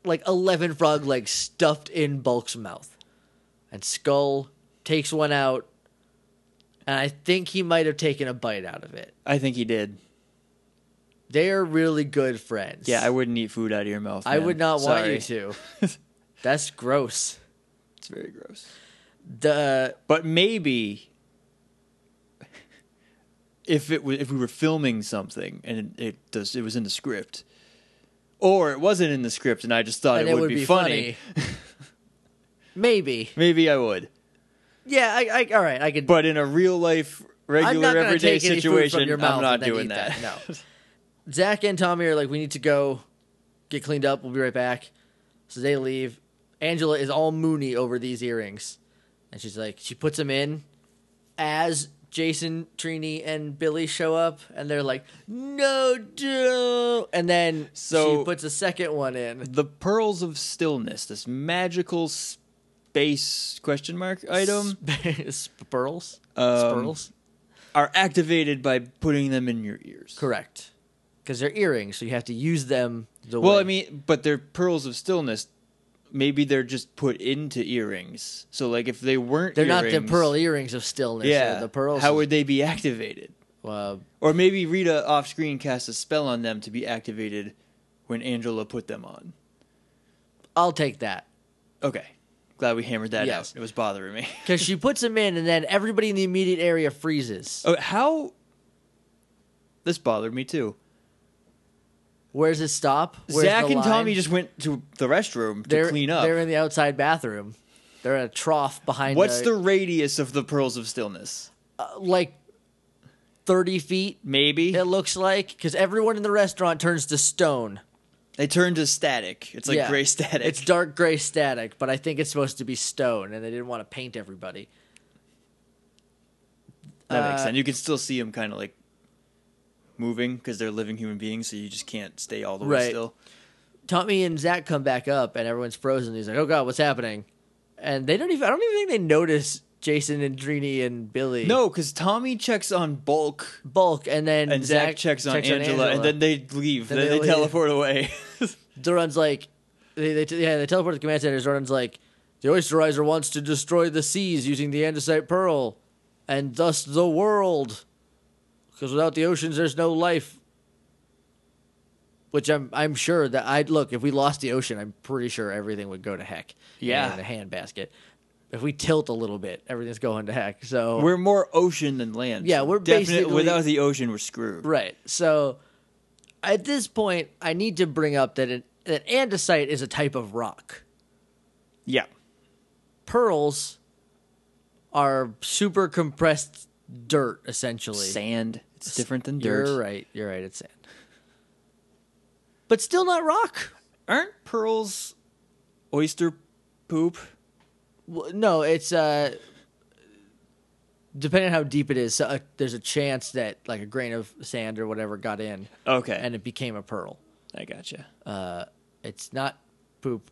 Speaker 2: like eleven frog legs stuffed in Bulk's mouth. And Skull takes one out, and I think he might have taken a bite out of it.
Speaker 1: I think he did.
Speaker 2: They are really good friends.
Speaker 1: Yeah, I wouldn't eat food out of your mouth.
Speaker 2: I
Speaker 1: man.
Speaker 2: would not want you
Speaker 1: Sorry.
Speaker 2: to. That's gross.
Speaker 1: It's very gross.
Speaker 2: The
Speaker 1: But maybe if it was, if we were filming something and it, it does it was in the script, or it wasn't in the script, and I just thought
Speaker 2: and
Speaker 1: it, would, be, funny,
Speaker 2: Maybe.
Speaker 1: Maybe I would,
Speaker 2: Yeah. I, I. All right. I could.
Speaker 1: but in a real life,
Speaker 2: I'm not
Speaker 1: regular,
Speaker 2: gonna
Speaker 1: everyday
Speaker 2: take any food
Speaker 1: situation,
Speaker 2: from your mouth
Speaker 1: I'm not
Speaker 2: and then
Speaker 1: doing
Speaker 2: eat
Speaker 1: that.
Speaker 2: that, Zach and Tommy are like, we need to go get cleaned up. We'll be right back. So they leave. Angela is all moony over these earrings, and she's like, she puts them in as Jason, Trini, and Billy show up, and they're like, no, do. And then
Speaker 1: So-
Speaker 2: she puts a second one in.
Speaker 1: the pearls of stillness, this magical space question mark item,
Speaker 2: Spurls.
Speaker 1: Um,
Speaker 2: Spurls.
Speaker 1: are activated by putting them in your ears.
Speaker 2: Correct. Because they're earrings, so you have to use them the way.
Speaker 1: Well, I mean, but they're pearls of stillness. Maybe they're just put into earrings. So, like, if they weren't,
Speaker 2: they're
Speaker 1: earrings,
Speaker 2: not the pearl earrings of stillness.
Speaker 1: Yeah,
Speaker 2: they're the pearls.
Speaker 1: How
Speaker 2: of-
Speaker 1: would they be activated?
Speaker 2: uh,
Speaker 1: Or maybe Rita off-screen cast a spell on them to be activated when Angela put them on.
Speaker 2: I'll take that
Speaker 1: Okay, glad we hammered that
Speaker 2: Yes.
Speaker 1: out. It was bothering me.
Speaker 2: because she puts them in, and then everybody in the immediate area freezes.
Speaker 1: Oh, how? This bothered me too.
Speaker 2: Where's it stop? Where's
Speaker 1: Zach
Speaker 2: the
Speaker 1: and
Speaker 2: line?
Speaker 1: Tommy just went to the restroom to
Speaker 2: they're,
Speaker 1: clean up.
Speaker 2: They're in the outside bathroom. They're in a trough behind.
Speaker 1: What's
Speaker 2: a-
Speaker 1: the radius of the pearls of stillness?
Speaker 2: uh, like thirty feet?
Speaker 1: Maybe
Speaker 2: It looks like because everyone in the restaurant turns to stone.
Speaker 1: they turned to static. It's like
Speaker 2: Yeah.
Speaker 1: gray static.
Speaker 2: It's dark gray static, but I think it's supposed to be stone, and they didn't want to paint everybody.
Speaker 1: That makes
Speaker 2: Uh,
Speaker 1: sense. You can still see them kind of like moving because they're living human beings, so you just can't stay all the way
Speaker 2: Right.
Speaker 1: still.
Speaker 2: Tommy and Zach come back up, and everyone's frozen. He's like, "Oh God, what's happening?" And they don't even—I don't even think they notice Jason and Drini and Billy.
Speaker 1: No, because Tommy checks on Bulk
Speaker 2: bulk, and then
Speaker 1: and Zach, checks, on, Angela, and then they leave.
Speaker 2: Then
Speaker 1: Then,
Speaker 2: they
Speaker 1: they,
Speaker 2: leave.
Speaker 1: teleport away.
Speaker 2: Doran's like, they, they yeah, they teleport to the command center. Doran's like, the Oysterizer wants to destroy the seas using the andesite pearl, and thus the world, because without the oceans, there's no life. Which I'm I'm sure that I'd look if we lost the ocean, I'm pretty sure everything would go to heck.
Speaker 1: Yeah.
Speaker 2: in the handbasket. If we tilt a little bit, everything's going to heck. So
Speaker 1: we're more ocean than land.
Speaker 2: Yeah, we're
Speaker 1: Definite-
Speaker 2: basically-
Speaker 1: without the ocean, we're screwed.
Speaker 2: Right. So at this point, I need to bring up that an, that andesite is a type of rock.
Speaker 1: Yeah.
Speaker 2: Pearls are super compressed dirt, essentially.
Speaker 1: Sand. It's different than dirt.
Speaker 2: You're right. You're right. It's sand. But still not rock.
Speaker 1: Aren't pearls oyster poop?
Speaker 2: W- No, it's uh, depending on how deep it is. So, uh, there's a chance that like a grain of sand or whatever got in,
Speaker 1: Okay.
Speaker 2: and it became a pearl.
Speaker 1: I gotcha.
Speaker 2: Uh, it's not poop,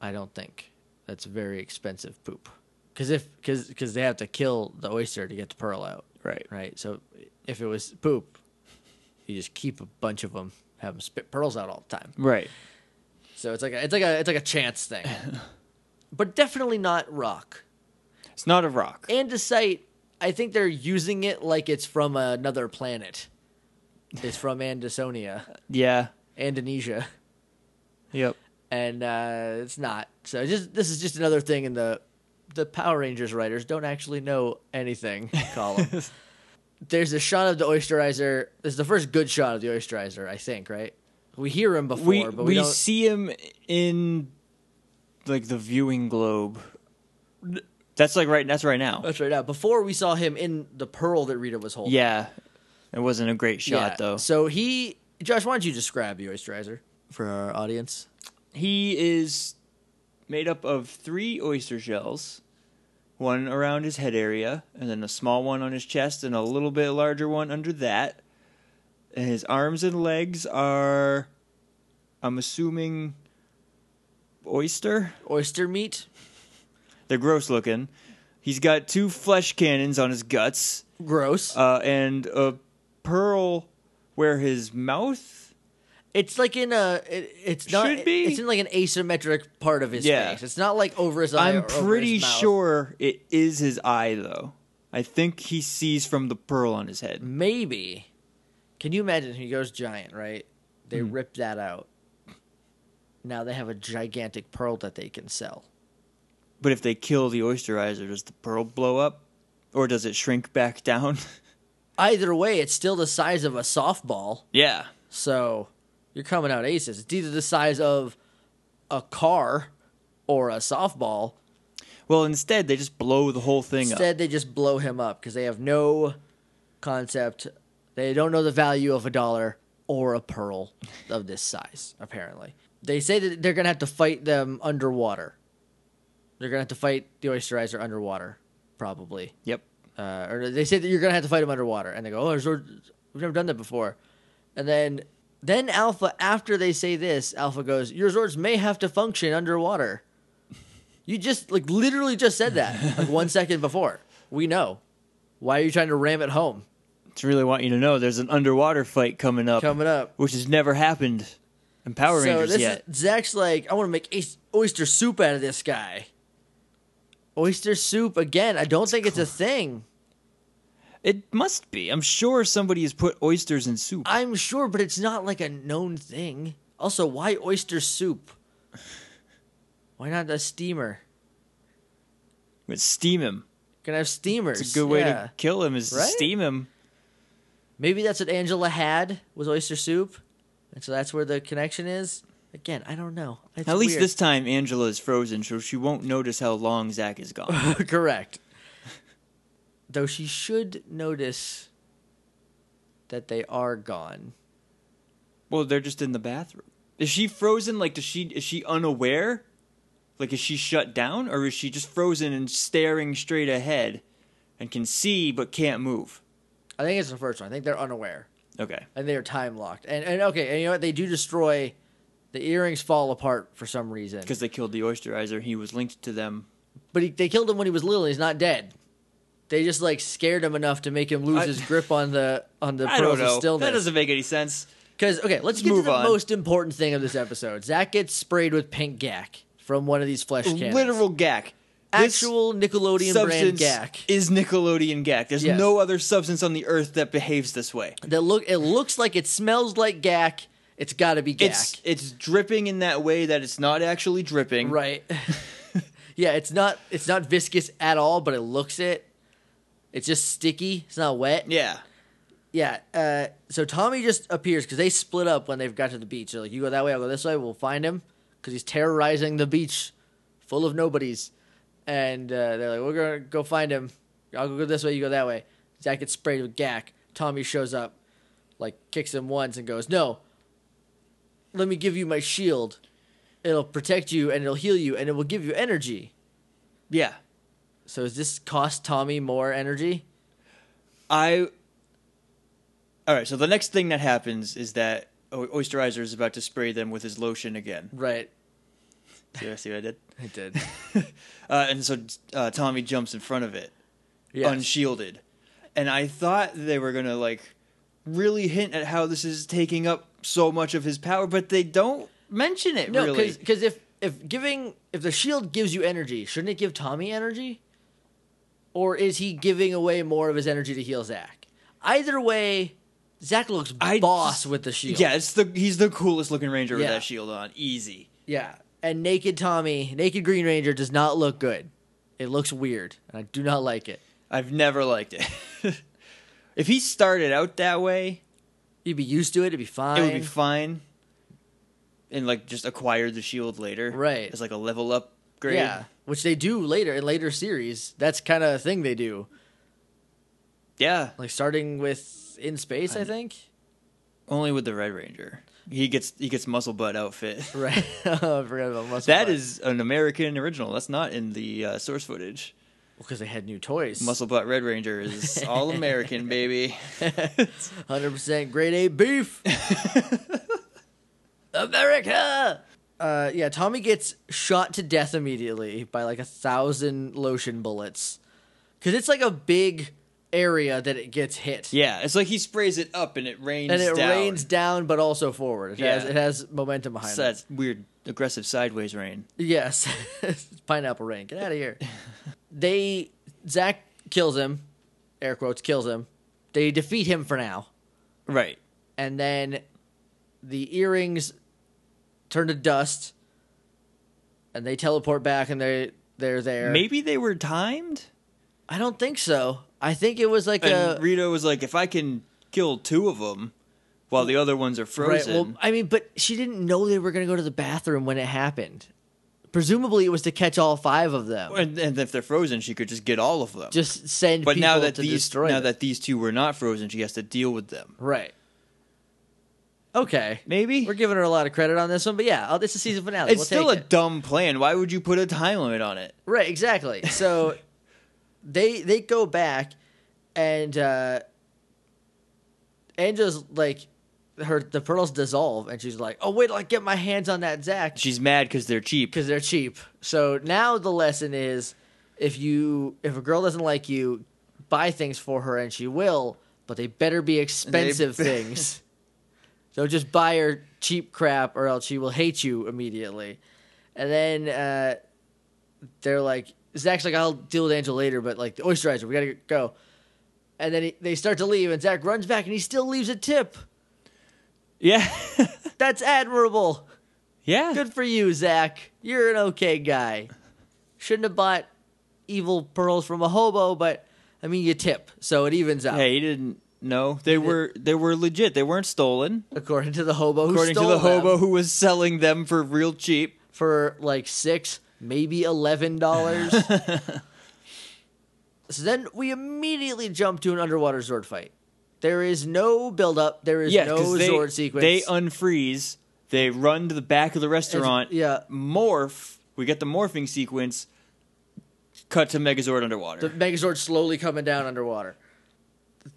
Speaker 2: I don't think. That's very expensive poop. Because if because because they have to kill the oyster to get the pearl out,
Speaker 1: Right.
Speaker 2: right? So if it was poop, you just keep a bunch of them, have them spit pearls out all the time.
Speaker 1: Right.
Speaker 2: So it's like a, it's like a it's like a chance thing, but definitely not rock.
Speaker 1: It's not a rock.
Speaker 2: Andesite, I think they're using it like it's from another planet. It's from Andesonia,
Speaker 1: Yeah.
Speaker 2: Indonesia.
Speaker 1: Yep.
Speaker 2: and uh, it's not. So just this is just another thing in the the Power Rangers writers don't actually know anything column. There's a shot of the oysterizer. This is the first good shot of the oysterizer, I think. Right? We hear him before,
Speaker 1: we
Speaker 2: but we,
Speaker 1: we
Speaker 2: don't.
Speaker 1: see him in like the viewing globe. That's like right. That's right now.
Speaker 2: That's right now. Before we saw him in the pearl that Rita was holding.
Speaker 1: Yeah, it wasn't a great shot though.
Speaker 2: So he, Josh, why don't you describe the oysterizer for our audience?
Speaker 1: He is made up of three oyster shells, one around his head area, and then a small one on his chest, and a little bit larger one under that. And his arms and legs are, I'm assuming, oyster.
Speaker 2: Oyster meat.
Speaker 1: They're gross looking. He's got two flesh cannons on his guts,
Speaker 2: Gross.
Speaker 1: uh, and a pearl where his mouth.
Speaker 2: It's like in a. It, it's not.
Speaker 1: Should be.
Speaker 2: It's in like an asymmetric part of his
Speaker 1: Yeah.
Speaker 2: face. It's not like over his eye.
Speaker 1: I'm
Speaker 2: or over his
Speaker 1: pretty
Speaker 2: mouth.
Speaker 1: sure it is his eye, though. I think he sees from the pearl on his head.
Speaker 2: Maybe. Can you imagine? He goes giant, right? They
Speaker 1: Hmm.
Speaker 2: rip that out. Now they have a gigantic pearl that they can sell.
Speaker 1: But if they kill the oysterizer, does the pearl blow up? Or does it shrink back down?
Speaker 2: Either way, it's still the size of a softball.
Speaker 1: yeah.
Speaker 2: So you're coming out aces. It's either the size of a car or a softball.
Speaker 1: Well, instead, they just blow the whole thing up.
Speaker 2: Instead, they just blow him up because they have no concept. They don't know the value of a dollar or a pearl of this size, apparently. They say that they're going to have to fight them underwater. They're going to have to fight the oysterizer underwater, probably.
Speaker 1: Yep.
Speaker 2: Uh, or they say that you're going to have to fight them underwater. And they go, oh, there's, we've never done that before. And then, then Alpha, after they say this, Alpha goes, your Zords may have to function underwater. You just like literally just said that like one second before. We know. Why are you trying to ram it home?
Speaker 1: Just really want you to know there's an underwater fight coming up,
Speaker 2: Coming up.
Speaker 1: which has never happened in Power Rangers
Speaker 2: so this
Speaker 1: yet.
Speaker 2: Is, Zach's like, I want to make ace- oyster soup out of this guy. Oyster soup again. I don't think it's a thing.
Speaker 1: It must be. I'm sure somebody has put oysters in soup.
Speaker 2: I'm sure, but it's not like a known thing. Also, why oyster soup? Why not a steamer?
Speaker 1: But steam him.
Speaker 2: Can I have steamers?
Speaker 1: It's a good way
Speaker 2: Yeah.
Speaker 1: to kill him is to
Speaker 2: Right?
Speaker 1: steam him.
Speaker 2: Maybe that's what Angela had was oyster soup, and so that's where the connection is. Again, I don't know. It's
Speaker 1: At least
Speaker 2: weird.
Speaker 1: this time, Angela is frozen, so she won't notice how long Zach is gone.
Speaker 2: Correct. Though she should notice that they are gone.
Speaker 1: well, they're just in the bathroom. Is she frozen? Like, does she is she unaware? Like, is she shut down, or is she just frozen and staring straight ahead, and can see but can't move?
Speaker 2: I think it's the first one. I think they're unaware
Speaker 1: Okay.
Speaker 2: and they are time locked. And and okay, and you know what? They do destroy. The earrings fall apart for some reason.
Speaker 1: Because they killed the oysterizer, he was linked to them.
Speaker 2: But he, they killed him when he was little. and He's not dead. They just like scared him enough to make him lose
Speaker 1: I-
Speaker 2: his grip on the on the
Speaker 1: I don't
Speaker 2: pearls of
Speaker 1: know. That
Speaker 2: stillness.
Speaker 1: doesn't make any sense.
Speaker 2: Because okay, let's
Speaker 1: Let's
Speaker 2: get to
Speaker 1: move
Speaker 2: the
Speaker 1: on.
Speaker 2: most important thing of this episode. Zach gets sprayed with pink gack from one of these flesh cannons.
Speaker 1: Literal gack. This-
Speaker 2: actual Nickelodeon brand
Speaker 1: substance
Speaker 2: gack.
Speaker 1: is Nickelodeon gack. There's
Speaker 2: Yes.
Speaker 1: no other substance on the earth that behaves this way.
Speaker 2: That look it looks like it smells like gack. It's got to be gack,
Speaker 1: It's it's dripping in that way that it's not actually dripping.
Speaker 2: right? yeah, it's not it's not viscous at all, but it looks it. It's just sticky. It's not wet.
Speaker 1: Yeah.
Speaker 2: yeah. Uh, so Tommy just appears because they split up when they've got to the beach. They're like, you go that way, I'll go this way. We'll find him because he's terrorizing the beach full of nobodies. And uh, they're like, we're going to go find him. I'll go this way, you go that way. Zach gets sprayed with gack. Tommy shows up, like, kicks him once and goes, no, let me give you my shield. It'll protect you and it'll heal you and it will give you energy.
Speaker 1: Yeah.
Speaker 2: So does this cost Tommy more energy?
Speaker 1: I. All right. So the next thing that happens is that O- Oysterizer is about to spray them with his lotion again.
Speaker 2: Right.
Speaker 1: See, see what I did?
Speaker 2: It did.
Speaker 1: Uh, and so uh, Tommy jumps in front of it,
Speaker 2: Yes.
Speaker 1: unshielded. And I thought they were gonna like really hint at how this is taking up so much of his power, but they don't mention it
Speaker 2: No,
Speaker 1: really.
Speaker 2: because if if giving if the shield gives you energy, shouldn't it give Tommy energy? Or is he giving away more of his energy to heal Zach? Either way, Zach looks
Speaker 1: I
Speaker 2: boss
Speaker 1: just-
Speaker 2: with the shield.
Speaker 1: Yeah, it's the he's the coolest looking ranger with
Speaker 2: Yeah.
Speaker 1: that shield on. Easy.
Speaker 2: yeah. And naked Tommy, naked Green Ranger, does not look good. It looks weird, and I do not like it.
Speaker 1: I've never liked it. if he started out that way,
Speaker 2: You'd be used to it; it'd be fine.
Speaker 1: it would be fine. And like just acquired the shield later.
Speaker 2: Right.
Speaker 1: As like a level up grade.
Speaker 2: Yeah, which they do later in later series. That's kind of a thing they do,
Speaker 1: Yeah.
Speaker 2: like starting with in space, I think.
Speaker 1: Only with the Red Ranger. He gets he gets muscle butt outfit.
Speaker 2: Right. I forgot about muscle.
Speaker 1: That
Speaker 2: Butt.
Speaker 1: is an American original. That's not in the uh, source footage.
Speaker 2: because they had new toys.
Speaker 1: Muscle Butt Red Ranger is all American, baby.
Speaker 2: Hundred percent grade A beef. America. Uh, yeah, Tommy gets shot to death immediately by like a thousand lotion bullets, because it's like a big area that it gets hit,
Speaker 1: Yeah, it's like he sprays it up and it rains
Speaker 2: and it
Speaker 1: down.
Speaker 2: rains down but also forward. It, has,
Speaker 1: Yeah.
Speaker 2: it has momentum
Speaker 1: It's
Speaker 2: behind it.
Speaker 1: that weird aggressive sideways rain.
Speaker 2: Yes, It's pineapple rain. Get out of here. they Zach kills him, air quotes kills him. They defeat him for now.
Speaker 1: Right.
Speaker 2: and then the earrings turn to dust and they teleport back and they they're there
Speaker 1: Maybe they were timed.
Speaker 2: i don't think so i think it was like a
Speaker 1: And Rita was like, "If I can kill two of them, while the other ones are
Speaker 2: right,
Speaker 1: frozen."
Speaker 2: well i mean but she didn't know they were going to go to the bathroom when it happened presumably it was to catch all five of them
Speaker 1: and, and if they're frozen, she could just get all of them.
Speaker 2: just send
Speaker 1: but
Speaker 2: people
Speaker 1: now that
Speaker 2: to
Speaker 1: these
Speaker 2: destroy
Speaker 1: now
Speaker 2: them.
Speaker 1: that these two were not frozen, she has to deal with them.
Speaker 2: right okay
Speaker 1: Maybe
Speaker 2: we're giving her a lot of credit on this one but yeah oh, this is season finale
Speaker 1: it's
Speaker 2: we'll
Speaker 1: still
Speaker 2: take
Speaker 1: a
Speaker 2: it.
Speaker 1: dumb plan. Why would you put a time limit on it?
Speaker 2: Right, exactly. So they they go back and uh Angela's like her the pearls dissolve and she's like, "Oh wait, till I get my hands on that Zach
Speaker 1: She's mad because they're cheap.
Speaker 2: cuz they're cheap." So now the lesson is if you if a girl doesn't like you, buy things for her and she will, but they better be expensive things. Don't just buy her cheap crap or else she will hate you immediately. And then uh they're like Zach's like I'll deal with Angel later, but like the oysterizer, we gotta go. And then he, they start to leave, and Zach runs back, and he still leaves a tip.
Speaker 1: Yeah,
Speaker 2: That's admirable.
Speaker 1: yeah.
Speaker 2: Good for you, Zach. You're an okay guy. Shouldn't have bought evil pearls from a hobo, but I mean you tip, so it evens out.
Speaker 1: Hey, he didn't know they were they were legit. They weren't stolen.
Speaker 2: According to the hobo, who
Speaker 1: According to
Speaker 2: stole
Speaker 1: the hobo
Speaker 2: them
Speaker 1: who was selling them for real cheap.
Speaker 2: for like six, maybe eleven dollars. so then we immediately jump to an underwater Zord fight. There is no buildup. There is
Speaker 1: Yeah,
Speaker 2: no
Speaker 1: 'cause they,
Speaker 2: Zord sequence.
Speaker 1: They unfreeze. They run to the back of the restaurant.
Speaker 2: yeah.
Speaker 1: morph. We get the morphing sequence. Cut to Megazord underwater.
Speaker 2: the Megazord slowly coming down underwater.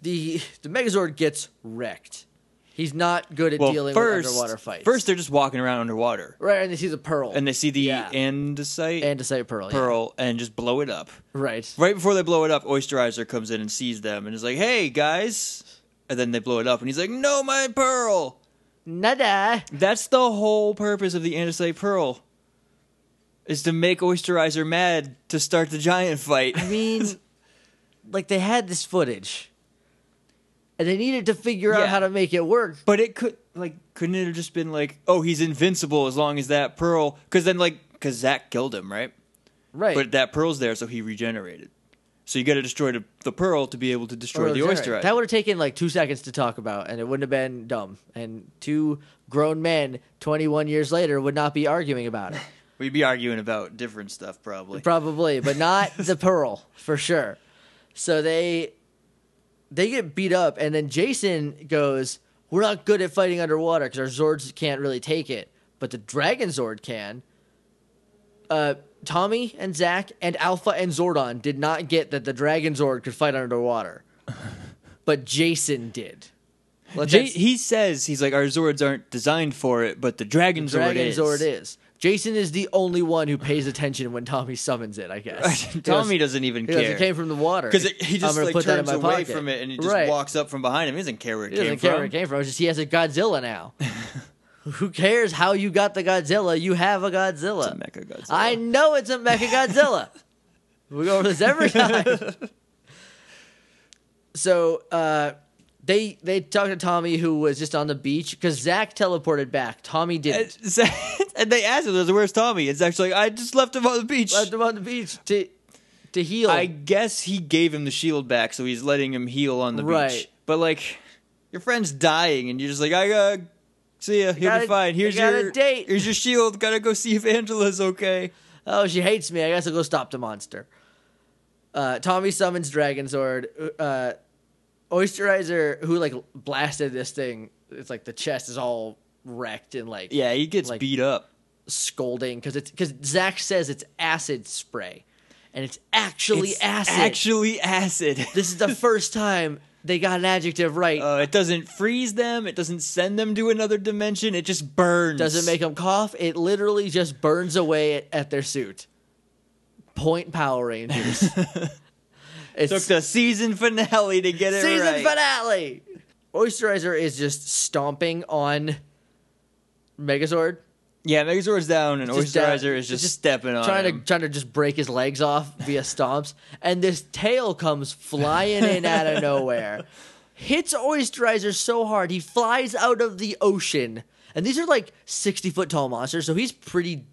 Speaker 2: The the Megazord gets wrecked. He's not good at
Speaker 1: well,
Speaker 2: dealing
Speaker 1: first,
Speaker 2: with underwater fights.
Speaker 1: first they're just walking around underwater,
Speaker 2: right, and they see the pearl,
Speaker 1: and they see the
Speaker 2: Yeah.
Speaker 1: andesite
Speaker 2: and to say pearl, yeah.
Speaker 1: pearl, and just blow it up.
Speaker 2: right?
Speaker 1: Right before they blow it up, Oysterizer comes in and sees them, and is like, "Hey guys!" And then they blow it up, and he's like, "No, my pearl."
Speaker 2: Nada.
Speaker 1: That's the whole purpose of the andesite pearl. Is to make Oysterizer mad to start the giant fight.
Speaker 2: I mean, like they had this footage, and they needed to figure
Speaker 1: Yeah.
Speaker 2: out how to make it work.
Speaker 1: But it could like couldn't it have just been like, oh, he's invincible as long as that pearl? Because then like because Zach killed him, right?
Speaker 2: Right.
Speaker 1: But that pearl's there, so he regenerated. So you got to destroy the, the pearl to be able to destroy the oyster.
Speaker 2: Alright,
Speaker 1: egg.
Speaker 2: That would have taken like two seconds to talk about, and it wouldn't have been dumb. And two grown men, 21 years later, would not be arguing about it.
Speaker 1: We'd be arguing about different stuff probably.
Speaker 2: Probably, but not the pearl for sure. So they they get beat up, and then Jason goes, "We're not good at fighting underwater because our Zords can't really take it, but the Dragon Zord can." Uh, Tommy and Zach and Alpha and Zordon did not get that the Dragon Zord could fight underwater, but Jason did. Let
Speaker 1: J-
Speaker 2: that
Speaker 1: he says he's like our Zords aren't designed for it, but the Dragon,
Speaker 2: Dragon
Speaker 1: Zord,
Speaker 2: Zord
Speaker 1: is.
Speaker 2: is. Jason is the only one who pays attention when Tommy summons it. I guess He goes,
Speaker 1: Tommy doesn't even
Speaker 2: He goes,
Speaker 1: care
Speaker 2: it came from the water.
Speaker 1: because he just
Speaker 2: I'm gonna
Speaker 1: like
Speaker 2: put that in
Speaker 1: turns
Speaker 2: my
Speaker 1: away
Speaker 2: pocket."
Speaker 1: from it and he just
Speaker 2: Right.
Speaker 1: walks up from behind him. He doesn't care where it
Speaker 2: He
Speaker 1: came
Speaker 2: doesn't care
Speaker 1: from.
Speaker 2: where it came from. It's just he has a Godzilla now. Who cares how you got the Godzilla? You have a Godzilla.
Speaker 1: It's a Mechagodzilla.
Speaker 2: I know it's a Mecha Godzilla. we go over this every time. so uh, they they talked to Tommy, who was just on the beach, because Zach teleported back. Tommy didn't.
Speaker 1: And, so- and they asked him, "Where's Tommy?" It's actually like I just left him on the beach.
Speaker 2: left him on the beach to to heal.
Speaker 1: I guess he gave him the shield back, so he's letting him heal on the
Speaker 2: Right.
Speaker 1: beach. But like, your friend's dying, and you're just like, I gotta see ya. You'll
Speaker 2: gotta-
Speaker 1: be fine.
Speaker 2: I
Speaker 1: Here's
Speaker 2: got a
Speaker 1: your
Speaker 2: date."
Speaker 1: Here's your shield. Gotta go see if Angela's okay.
Speaker 2: oh, she hates me. I guess I'll go stop the monster. Uh, Tommy summons Dragonzord. Uh, Oysterizer, who like blasted this thing, it's like the chest is all wrecked and like
Speaker 1: Yeah, he gets
Speaker 2: Like-
Speaker 1: beat up.
Speaker 2: scolding because it's because Zach says it's acid spray, and it's actually
Speaker 1: It's
Speaker 2: acid.
Speaker 1: Actually, acid.
Speaker 2: this is the first time they got an adjective right.
Speaker 1: Uh, it doesn't freeze them. It doesn't send them to another dimension. It just burns.
Speaker 2: Doesn't make them cough. It literally just burns away at, at their suit. Point Power Rangers. it's
Speaker 1: Took the season finale to get it
Speaker 2: season
Speaker 1: right.
Speaker 2: finale. Oysterizer is just stomping on Megazord,
Speaker 1: Yeah, Megazord's down, and
Speaker 2: Just down-
Speaker 1: Oysterizer is just, stepping on
Speaker 2: trying
Speaker 1: him.
Speaker 2: to trying to just break his legs off via stomps, and this tail comes flying in out of nowhere, hits Oysterizer so hard he flies out of the ocean. And these are like sixty foot tall monsters, so he's pretty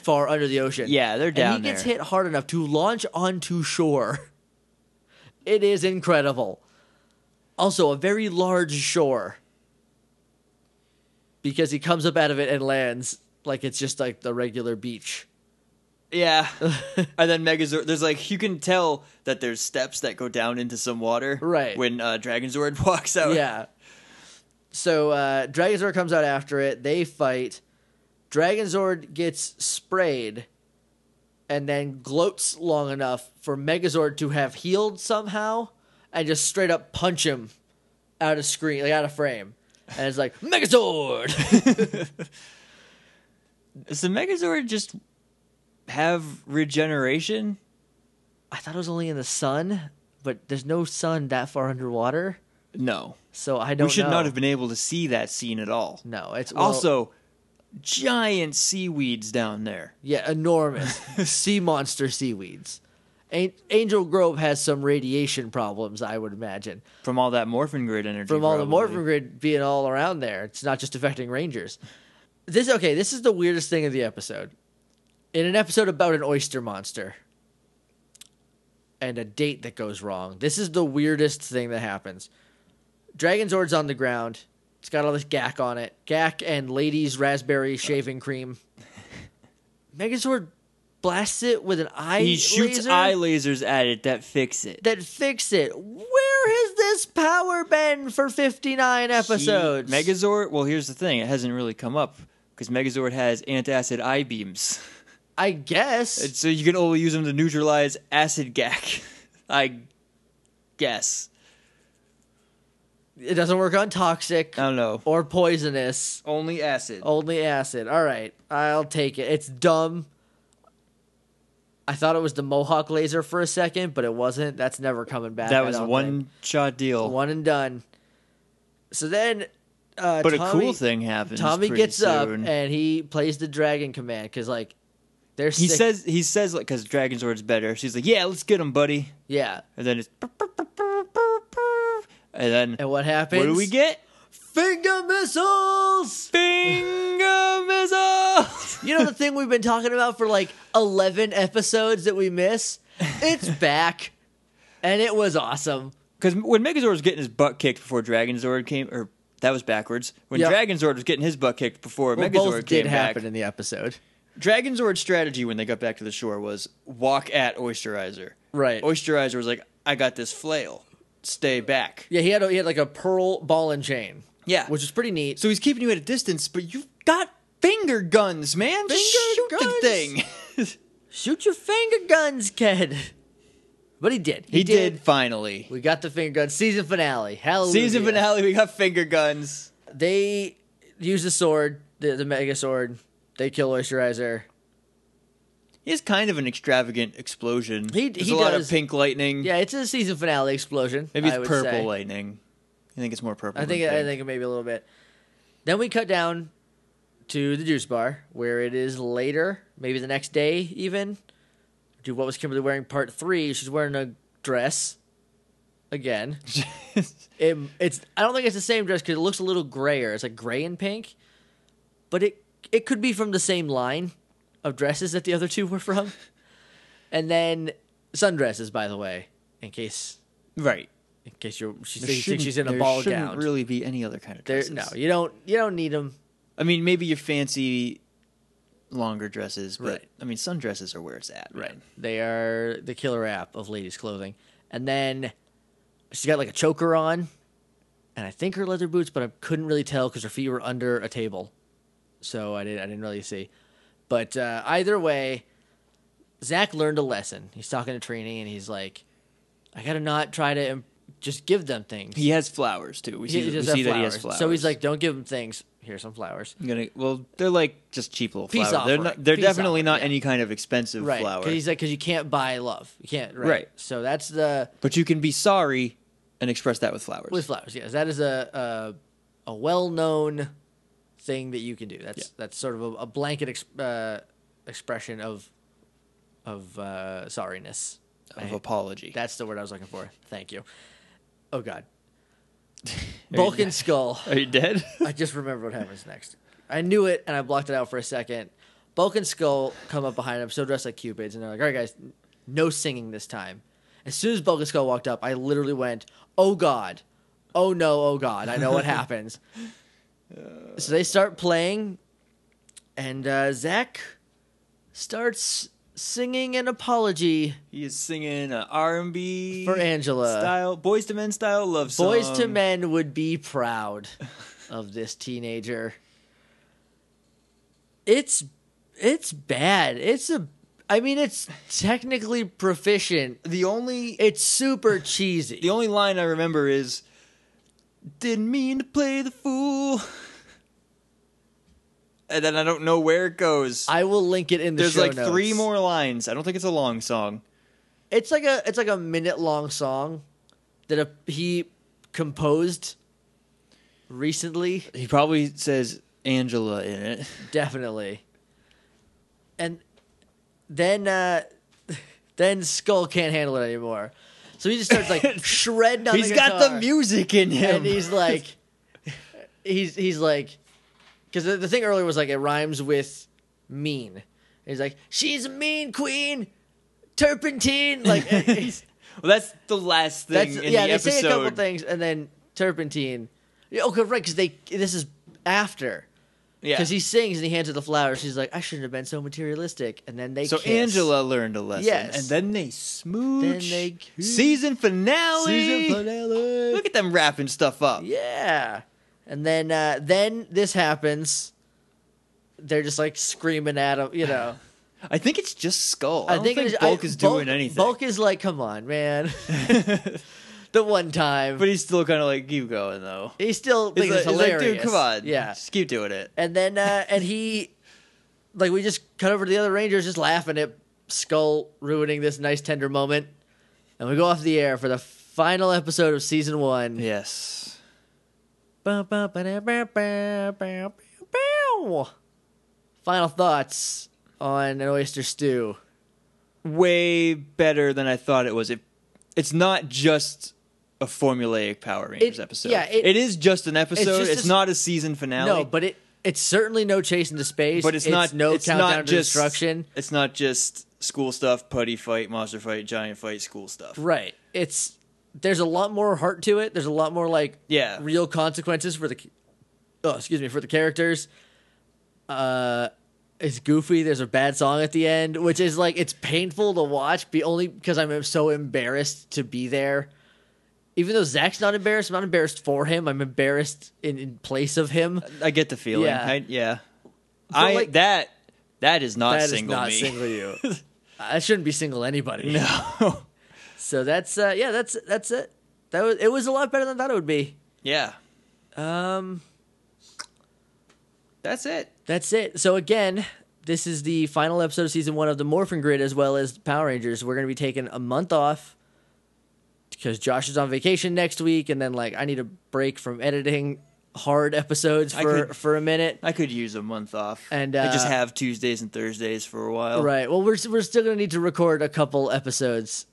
Speaker 2: far under the ocean.
Speaker 1: Yeah, they're down
Speaker 2: And he gets
Speaker 1: there.
Speaker 2: hit hard enough to launch onto shore. It is incredible. Also, a very large shore. Because he comes up out of it and lands like it's just like the regular beach.
Speaker 1: Yeah. and then Megazord, there's like, you can tell that there's steps that go down into some water.
Speaker 2: Right.
Speaker 1: When uh, Dragonzord walks out.
Speaker 2: Yeah. So uh, Dragonzord comes out after it. They fight. Dragonzord gets sprayed and then gloats long enough for Megazord to have healed somehow and just straight up punch him out of screen, like out of frame. And it's like, Megazord!
Speaker 1: Does the Megazord just have regeneration?
Speaker 2: I thought it was only in the sun, but there's no sun that far underwater.
Speaker 1: No.
Speaker 2: So I don't
Speaker 1: We should
Speaker 2: know.
Speaker 1: not have been able to see that scene at all.
Speaker 2: No, it's well,
Speaker 1: Also, giant seaweeds down there.
Speaker 2: Yeah, enormous sea monster seaweeds. An- Angel Grove has some radiation problems, I would imagine,
Speaker 1: From all that Morphin Grid energy.
Speaker 2: from all the
Speaker 1: probably.
Speaker 2: Morphin Grid being all around there. It's not just affecting Rangers. This okay. This is the weirdest thing of the episode. In an episode about an oyster monster and a date that goes wrong, this is the weirdest thing that happens. Dragonzord's on the ground. It's got all this gack on it. Gack and ladies' raspberry shaving cream. Megazord blasts it with an eye
Speaker 1: He shoots
Speaker 2: laser
Speaker 1: eye lasers at it that fix it.
Speaker 2: that fix it. Where has this power been for 59 episodes?
Speaker 1: He- Megazord, well, here's the thing it hasn't really come up because Megazord has antacid eye beams.
Speaker 2: I guess.
Speaker 1: And So you can only use them to neutralize acid gack. I guess.
Speaker 2: it doesn't work on toxic
Speaker 1: I don't know.
Speaker 2: or poisonous,
Speaker 1: Only acid.
Speaker 2: only acid. All right, I'll take it. It's dumb. I thought it was the Mohawk laser for a second, but it wasn't. That's never coming back.
Speaker 1: that
Speaker 2: I
Speaker 1: was a
Speaker 2: don't
Speaker 1: one shot
Speaker 2: think.
Speaker 1: deal.
Speaker 2: one and done. So then, uh,
Speaker 1: but a
Speaker 2: Tommy-
Speaker 1: cool thing happens.
Speaker 2: Tommy
Speaker 1: pretty
Speaker 2: gets up
Speaker 1: soon.
Speaker 2: and he plays the Dragon Command because like they're
Speaker 1: he
Speaker 2: sick-
Speaker 1: says he says like because Dragonzord's better. She's like, yeah, let's get him, buddy.
Speaker 2: yeah.
Speaker 1: And then it's and then
Speaker 2: And what happens?
Speaker 1: what do we get?
Speaker 2: Finger missiles.
Speaker 1: Finger missile.
Speaker 2: You know the thing we've been talking about for like 11 episodes that we miss? It's back. and it was awesome.
Speaker 1: Because when Megazord was getting his butt kicked before Dragonzord came, or that was backwards. When
Speaker 2: Yep.
Speaker 1: Dragonzord was getting his butt kicked before
Speaker 2: Well,
Speaker 1: Megazord
Speaker 2: both
Speaker 1: came
Speaker 2: did happen
Speaker 1: back.
Speaker 2: in the episode.
Speaker 1: Dragonzord's strategy when they got back to the shore was walk at Oysterizer.
Speaker 2: Right.
Speaker 1: Oysterizer was like, "I got this flail, stay back."
Speaker 2: Yeah, he had a, he had like a pearl ball and chain.
Speaker 1: Yeah.
Speaker 2: which is pretty neat.
Speaker 1: So he's keeping you at a distance, but you've got finger guns, man. Just
Speaker 2: Finger
Speaker 1: shoot the
Speaker 2: guns.
Speaker 1: thing.
Speaker 2: Shoot your finger guns, kid. But he did.
Speaker 1: he did, finally.
Speaker 2: We got the finger guns. Season finale. Hallelujah.
Speaker 1: Season finale, we got finger guns.
Speaker 2: They use the sword, the, the mega sword. They kill Oysterizer.
Speaker 1: He has kind of an extravagant explosion.
Speaker 2: He-
Speaker 1: There's
Speaker 2: he
Speaker 1: a lot
Speaker 2: does.
Speaker 1: of pink lightning.
Speaker 2: Yeah, it's a season finale explosion.
Speaker 1: Maybe it's
Speaker 2: I would
Speaker 1: purple
Speaker 2: say.
Speaker 1: lightning. I think it's more purple.
Speaker 2: I think
Speaker 1: than
Speaker 2: I
Speaker 1: pink.
Speaker 2: think maybe a little bit. Then we cut down to the juice bar where it is later, maybe the next day even. Do what was Kimberly wearing? Part three. She's wearing a dress again. It, it's I don't think it's the same dress because it looks a little grayer. It's like gray and pink, but it it could be from the same line of dresses that the other two were from. and then sundresses, by the way, in case
Speaker 1: right.
Speaker 2: in case you're she's,
Speaker 1: There
Speaker 2: thinking
Speaker 1: shouldn't-
Speaker 2: she's in a
Speaker 1: there
Speaker 2: ball
Speaker 1: shouldn't
Speaker 2: gown.
Speaker 1: really be any other kind of
Speaker 2: There,
Speaker 1: dresses.
Speaker 2: no, you don't. You don't need them.
Speaker 1: I mean, maybe you fancy longer dresses, but
Speaker 2: Right.
Speaker 1: I mean, sundresses are where it's at. Right.
Speaker 2: They are the killer app of ladies' clothing. And then she's got like a choker on, and I think her leather boots, but I couldn't really tell because her feet were under a table, so I didn't. I didn't really see. But uh, either way, Zach learned a lesson. He's talking to Trini, and he's like, "I gotta not try to im- just give them things."
Speaker 1: He has flowers too. We see,
Speaker 2: He
Speaker 1: we
Speaker 2: just
Speaker 1: see
Speaker 2: has
Speaker 1: that he has
Speaker 2: flowers.
Speaker 1: flowers.
Speaker 2: So he's like, "Don't give them things. Here's some flowers."
Speaker 1: I'm gonna. Well, they're like just cheap little
Speaker 2: Peace
Speaker 1: flowers. They're
Speaker 2: offering.
Speaker 1: not. They're
Speaker 2: Peace
Speaker 1: definitely
Speaker 2: offering,
Speaker 1: not
Speaker 2: yeah.
Speaker 1: any kind of expensive
Speaker 2: Right?
Speaker 1: flower.
Speaker 2: 'Cause he's like, "Cause you can't buy love. You can't." right.
Speaker 1: Right.
Speaker 2: So that's the
Speaker 1: But you can be sorry and express that with flowers.
Speaker 2: With flowers, yes. That is a a, a well known thing that you can do. That's that's sort of a, a blanket ex, uh, expression of of uh, sorriness.
Speaker 1: of
Speaker 2: I-
Speaker 1: apology.
Speaker 2: that's the word I was looking for. Thank you. Oh God,
Speaker 1: you-
Speaker 2: Vulcan skull.
Speaker 1: Are you dead?
Speaker 2: I just remember what happens next. I knew it and I blocked it out for a second. Bulk and Skull come up behind him, still dressed like Cupids, and they're like, all right, guys, no singing this time. As soon as Bulk and Skull walked up, I literally went, oh God, oh no, oh God, I know what happens. so they start playing, and uh, Zach starts singing an apology
Speaker 1: he is singing uh, an R&B
Speaker 2: for Angela.
Speaker 1: style, boys to men style love song.
Speaker 2: Boys to men would be proud of this teenager. It's it's bad. It's a I mean it's technically proficient.
Speaker 1: The only
Speaker 2: It's super cheesy.
Speaker 1: The only line I remember is, "Didn't mean to play the fool," and then I don't know where it goes.
Speaker 2: I will link it in the
Speaker 1: There's
Speaker 2: show
Speaker 1: like
Speaker 2: notes.
Speaker 1: three more lines. I don't think it's a long song.
Speaker 2: It's like a it's like a minute long song that a, he composed recently.
Speaker 1: He probably says Angela in it.
Speaker 2: Definitely. And then uh then Skull can't handle it anymore. So he just starts like shredding on
Speaker 1: He's
Speaker 2: the
Speaker 1: got the
Speaker 2: guitar.
Speaker 1: music in him.
Speaker 2: And he's like he's he's like cuz the, the thing earlier was like it rhymes with mean. And he's like she's a mean queen turpentine like he's,
Speaker 1: well, that's the last thing
Speaker 2: that's
Speaker 1: in
Speaker 2: yeah,
Speaker 1: the
Speaker 2: they
Speaker 1: episode.
Speaker 2: say a couple things and then turpentine. Yeah, Okay, right cuz they this is after
Speaker 1: Yeah.
Speaker 2: because he sings and he hands her the flowers. She's like, I shouldn't have been so materialistic. And then they
Speaker 1: so
Speaker 2: kiss.
Speaker 1: Angela learned a lesson,
Speaker 2: Yes.
Speaker 1: and then they smooch.
Speaker 2: Then they kiss.
Speaker 1: season finale.
Speaker 2: season finale.
Speaker 1: Look at them wrapping stuff up.
Speaker 2: Yeah, and then uh, then this happens. They're just like screaming at him, you know.
Speaker 1: I think it's just Skull. I, don't think,
Speaker 2: it
Speaker 1: Bulk
Speaker 2: I-
Speaker 1: is
Speaker 2: Bulk-
Speaker 1: doing anything.
Speaker 2: Bulk is like, come on, man. the one time,
Speaker 1: But
Speaker 2: but
Speaker 1: he's still kind of like, keep going though.
Speaker 2: he still
Speaker 1: He's
Speaker 2: thinks
Speaker 1: like,
Speaker 2: it's
Speaker 1: he's like,
Speaker 2: hilarious.
Speaker 1: dude, come on,
Speaker 2: yeah.
Speaker 1: just keep doing it.
Speaker 2: And then uh, and he, like, we just cut over to the other Rangers, just laughing at Skull ruining this nice tender moment, and we go off the air for the final episode of season one.
Speaker 1: Yes,
Speaker 2: Bow, bow, ba-da, bow, bow, bow, bow, bow. Final thoughts on an oyster stew.
Speaker 1: way better than I thought it was. It, it's not just a formulaic Power Rangers episode.
Speaker 2: yeah, it-
Speaker 1: it is just an episode. It's,
Speaker 2: just a s-
Speaker 1: not a season finale.
Speaker 2: No, but it It's certainly no chase into space,
Speaker 1: But it's, not
Speaker 2: no
Speaker 1: it's
Speaker 2: countdown
Speaker 1: not
Speaker 2: to
Speaker 1: just,
Speaker 2: destruction.
Speaker 1: It's not just school stuff, putty fight, monster fight, giant fight, school stuff.
Speaker 2: Right. It's there's a lot more heart to it. There's a lot more like
Speaker 1: Yeah.
Speaker 2: real consequences for the oh excuse me for the characters. Uh, it's goofy. There's a bad song at the end, which is like it's painful to watch. Be only because I'm so embarrassed to be there. Even though Zach's not embarrassed, I'm not embarrassed for him. I'm embarrassed in, in place of him.
Speaker 1: I get the feeling.
Speaker 2: Yeah.
Speaker 1: I, yeah. I
Speaker 2: like-
Speaker 1: that that is not
Speaker 2: That is
Speaker 1: single
Speaker 2: not
Speaker 1: me.
Speaker 2: single you. I shouldn't be single anybody.
Speaker 1: No.
Speaker 2: So that's uh, yeah, that's that's it. That was it was a lot better than I thought it would be.
Speaker 1: yeah.
Speaker 2: Um,
Speaker 1: That's it.
Speaker 2: That's it. So again, this is the final episode of season one of the Morphin Grid as well as Power Rangers. We're gonna be taking a month off because Josh is on vacation next week, and then like I need a break from editing hard episodes
Speaker 1: I
Speaker 2: for
Speaker 1: could-
Speaker 2: for a minute.
Speaker 1: I could use a month off.
Speaker 2: And,
Speaker 1: I just
Speaker 2: uh,
Speaker 1: have Tuesdays and Thursdays for a while.
Speaker 2: Right. Well, we're we're still gonna need to record a couple episodes.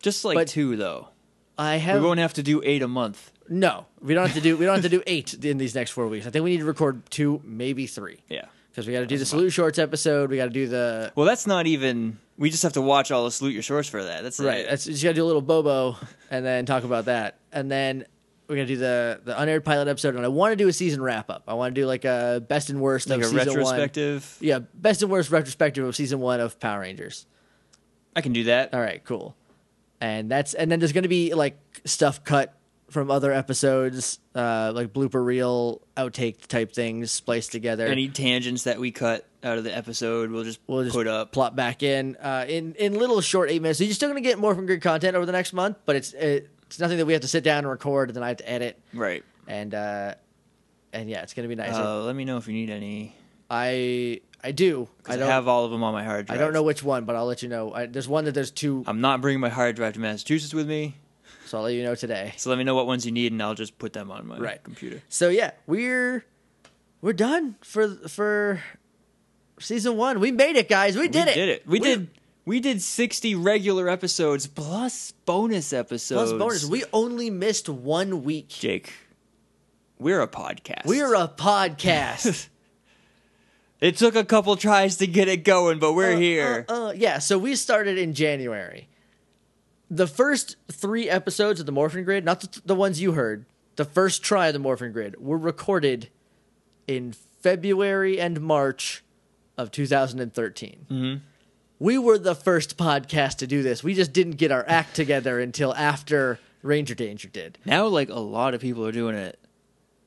Speaker 1: Just like
Speaker 2: But-
Speaker 1: two though.
Speaker 2: I
Speaker 1: We
Speaker 2: have
Speaker 1: won't have to do eight a month.
Speaker 2: no. We don't have to do we don't have to do eight in these next four weeks. I think we need to record two, maybe three,
Speaker 1: Yeah.
Speaker 2: because we got to do the salute shorts episode. We got to do the
Speaker 1: Well, that's not even. We just have to watch all the salute your source for that. That's
Speaker 2: Right.
Speaker 1: It.
Speaker 2: That's, you just got to do a little Bobo and then talk about that. And then we're going to do the, the unaired pilot episode. And I want to do a season wrap up. I want to do like a best and worst
Speaker 1: like
Speaker 2: of
Speaker 1: a
Speaker 2: season
Speaker 1: retrospective.
Speaker 2: one. Yeah. Best and worst retrospective of season one of Power Rangers.
Speaker 1: I can do that.
Speaker 2: All right. Cool. And that's, and then there's going to be like stuff cut from other episodes, uh, like blooper reel, outtake type things spliced together.
Speaker 1: Any tangents that we cut out of the episode, we'll just
Speaker 2: we'll just
Speaker 1: put up.
Speaker 2: plop back in uh, in in little short eight minutes. So you're still gonna get more from good content over the next month, but it's it, it's nothing that we have to sit down and record and then I have to edit
Speaker 1: right.
Speaker 2: and uh, and yeah, it's gonna be nice.
Speaker 1: Uh, let me know if you need any.
Speaker 2: I I do
Speaker 1: 'cause
Speaker 2: I
Speaker 1: I,
Speaker 2: don't I,
Speaker 1: have all of them on my hard drive.
Speaker 2: don't know which one, but I'll let you know. I, there's one that there's two,
Speaker 1: I'm not bringing my hard drive to Massachusetts with me,
Speaker 2: so I'll let you know today.
Speaker 1: so let me know what ones you need, and I'll just put them on my
Speaker 2: Right.
Speaker 1: computer.
Speaker 2: So yeah, we're we're done for for season one. We made it, guys. We did
Speaker 1: we
Speaker 2: it.
Speaker 1: did it. We, did. We did 60 regular episodes plus bonus episodes.
Speaker 2: Plus bonus, we only missed one week.
Speaker 1: Jake, we're a podcast.
Speaker 2: We're a podcast.
Speaker 1: It took a couple tries to get it going, but we're
Speaker 2: Uh,
Speaker 1: here.
Speaker 2: uh, uh, yeah, so we started in January. The first three episodes of the Morphin Grid, not the, the ones you heard, the first try of the Morphin Grid were recorded in February and March of 2013.
Speaker 1: Mm-hmm.
Speaker 2: We were the first podcast to do this. We just didn't get our act together until after Ranger Danger did.
Speaker 1: Now, like a lot of people are doing it.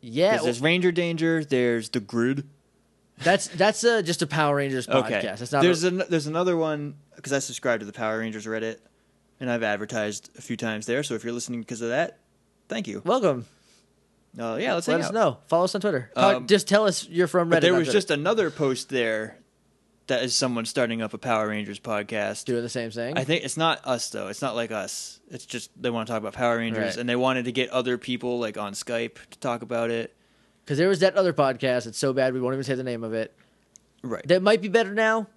Speaker 1: 'Cause
Speaker 2: Yeah,
Speaker 1: There's Ranger Danger. There's the Grid.
Speaker 2: that's that's uh, just a Power Rangers podcast.
Speaker 1: Okay.
Speaker 2: That's not
Speaker 1: there's
Speaker 2: a,
Speaker 1: an, there's another one because I subscribe to the Power Rangers Reddit, and I've advertised a few times there. So if you're listening because of that, thank you.
Speaker 2: welcome.
Speaker 1: Uh, yeah, let's
Speaker 2: Let
Speaker 1: hang
Speaker 2: us
Speaker 1: out.
Speaker 2: know. Follow us on Twitter.
Speaker 1: Um,
Speaker 2: just tell us you're from Reddit.
Speaker 1: But there
Speaker 2: not
Speaker 1: was
Speaker 2: Twitter.
Speaker 1: just another post there that is someone starting up a Power Rangers podcast.
Speaker 2: doing the same thing.
Speaker 1: I think it's not us though. It's not like us. It's just they want to talk about Power Rangers
Speaker 2: Right.
Speaker 1: and they wanted to get other people like on Skype to talk about it.
Speaker 2: Because there was that other podcast that's so bad we won't even say the name of it.
Speaker 1: Right.
Speaker 2: That might be better now,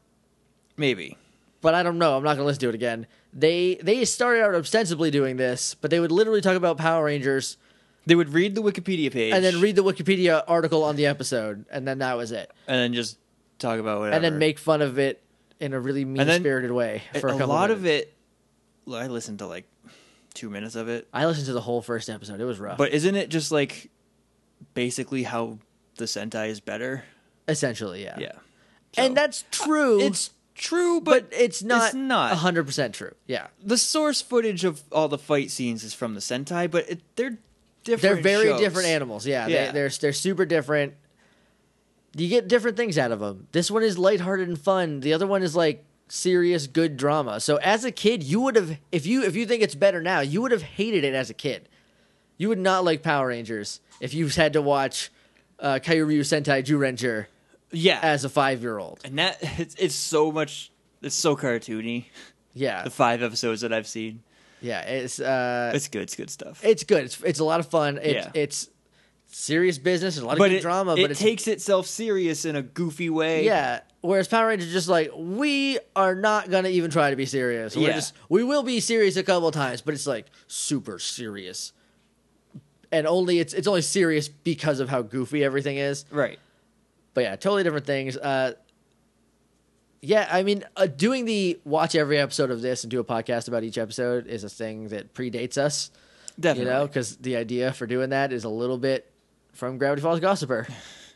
Speaker 1: Maybe.
Speaker 2: but I don't know. I'm not gonna listen to it again. They they started out ostensibly doing this, but they would literally talk about Power Rangers
Speaker 1: They would read the Wikipedia page
Speaker 2: and then read the Wikipedia article on the episode, and then that was it.
Speaker 1: and then just talk about whatever.
Speaker 2: And then make fun of it in a really mean spirited way
Speaker 1: a,
Speaker 2: for a,
Speaker 1: a
Speaker 2: couple
Speaker 1: lot of
Speaker 2: minutes.
Speaker 1: it. well, I listened to like two minutes of it,
Speaker 2: I listened to the whole first episode. It was rough.
Speaker 1: but isn't it just like basically how the Sentai is better?
Speaker 2: essentially, yeah.
Speaker 1: Yeah, So-
Speaker 2: And that's true.
Speaker 1: it's true,
Speaker 2: but
Speaker 1: but,
Speaker 2: it's not
Speaker 1: it's not.
Speaker 2: hundred percent true. Yeah.
Speaker 1: the source footage of all the fight scenes is from the Sentai, but it, they're
Speaker 2: they're
Speaker 1: different.
Speaker 2: very
Speaker 1: shows.
Speaker 2: different animals. Yeah,
Speaker 1: Yeah.
Speaker 2: They, they're they're super different. You get different things out of them. This one is lighthearted and fun. The other one is like serious good drama. So as a kid, you would have if you if you think it's better now, you would have hated it as a kid. You would not like Power Rangers if you had to watch uh, Kaioryu Sentai Ranger
Speaker 1: Yeah,
Speaker 2: as a five year old.
Speaker 1: and that it's, it's so much. It's so cartoony.
Speaker 2: Yeah,
Speaker 1: The five episodes that I've seen,
Speaker 2: yeah. It's uh,
Speaker 1: it's good. It's good stuff.
Speaker 2: it's good. It's it's a lot of fun. It's
Speaker 1: Yeah.
Speaker 2: it's serious business. There's a lot of
Speaker 1: but
Speaker 2: good
Speaker 1: it,
Speaker 2: drama.
Speaker 1: it
Speaker 2: but it's
Speaker 1: takes itself serious in a goofy way.
Speaker 2: Yeah. Whereas Power Rangers is just like, we are not gonna even try to be serious. We're
Speaker 1: Yeah.
Speaker 2: just we will be serious a couple times, but it's like super serious. And only it's it's only serious because of how goofy everything is.
Speaker 1: Right.
Speaker 2: But yeah, totally different things. Uh, yeah, I mean, uh, doing the watch every episode of this and do a podcast about each episode is a thing that predates us.
Speaker 1: Definitely.
Speaker 2: You know, because the idea for doing that is a little bit from Gravity Falls Gossiper,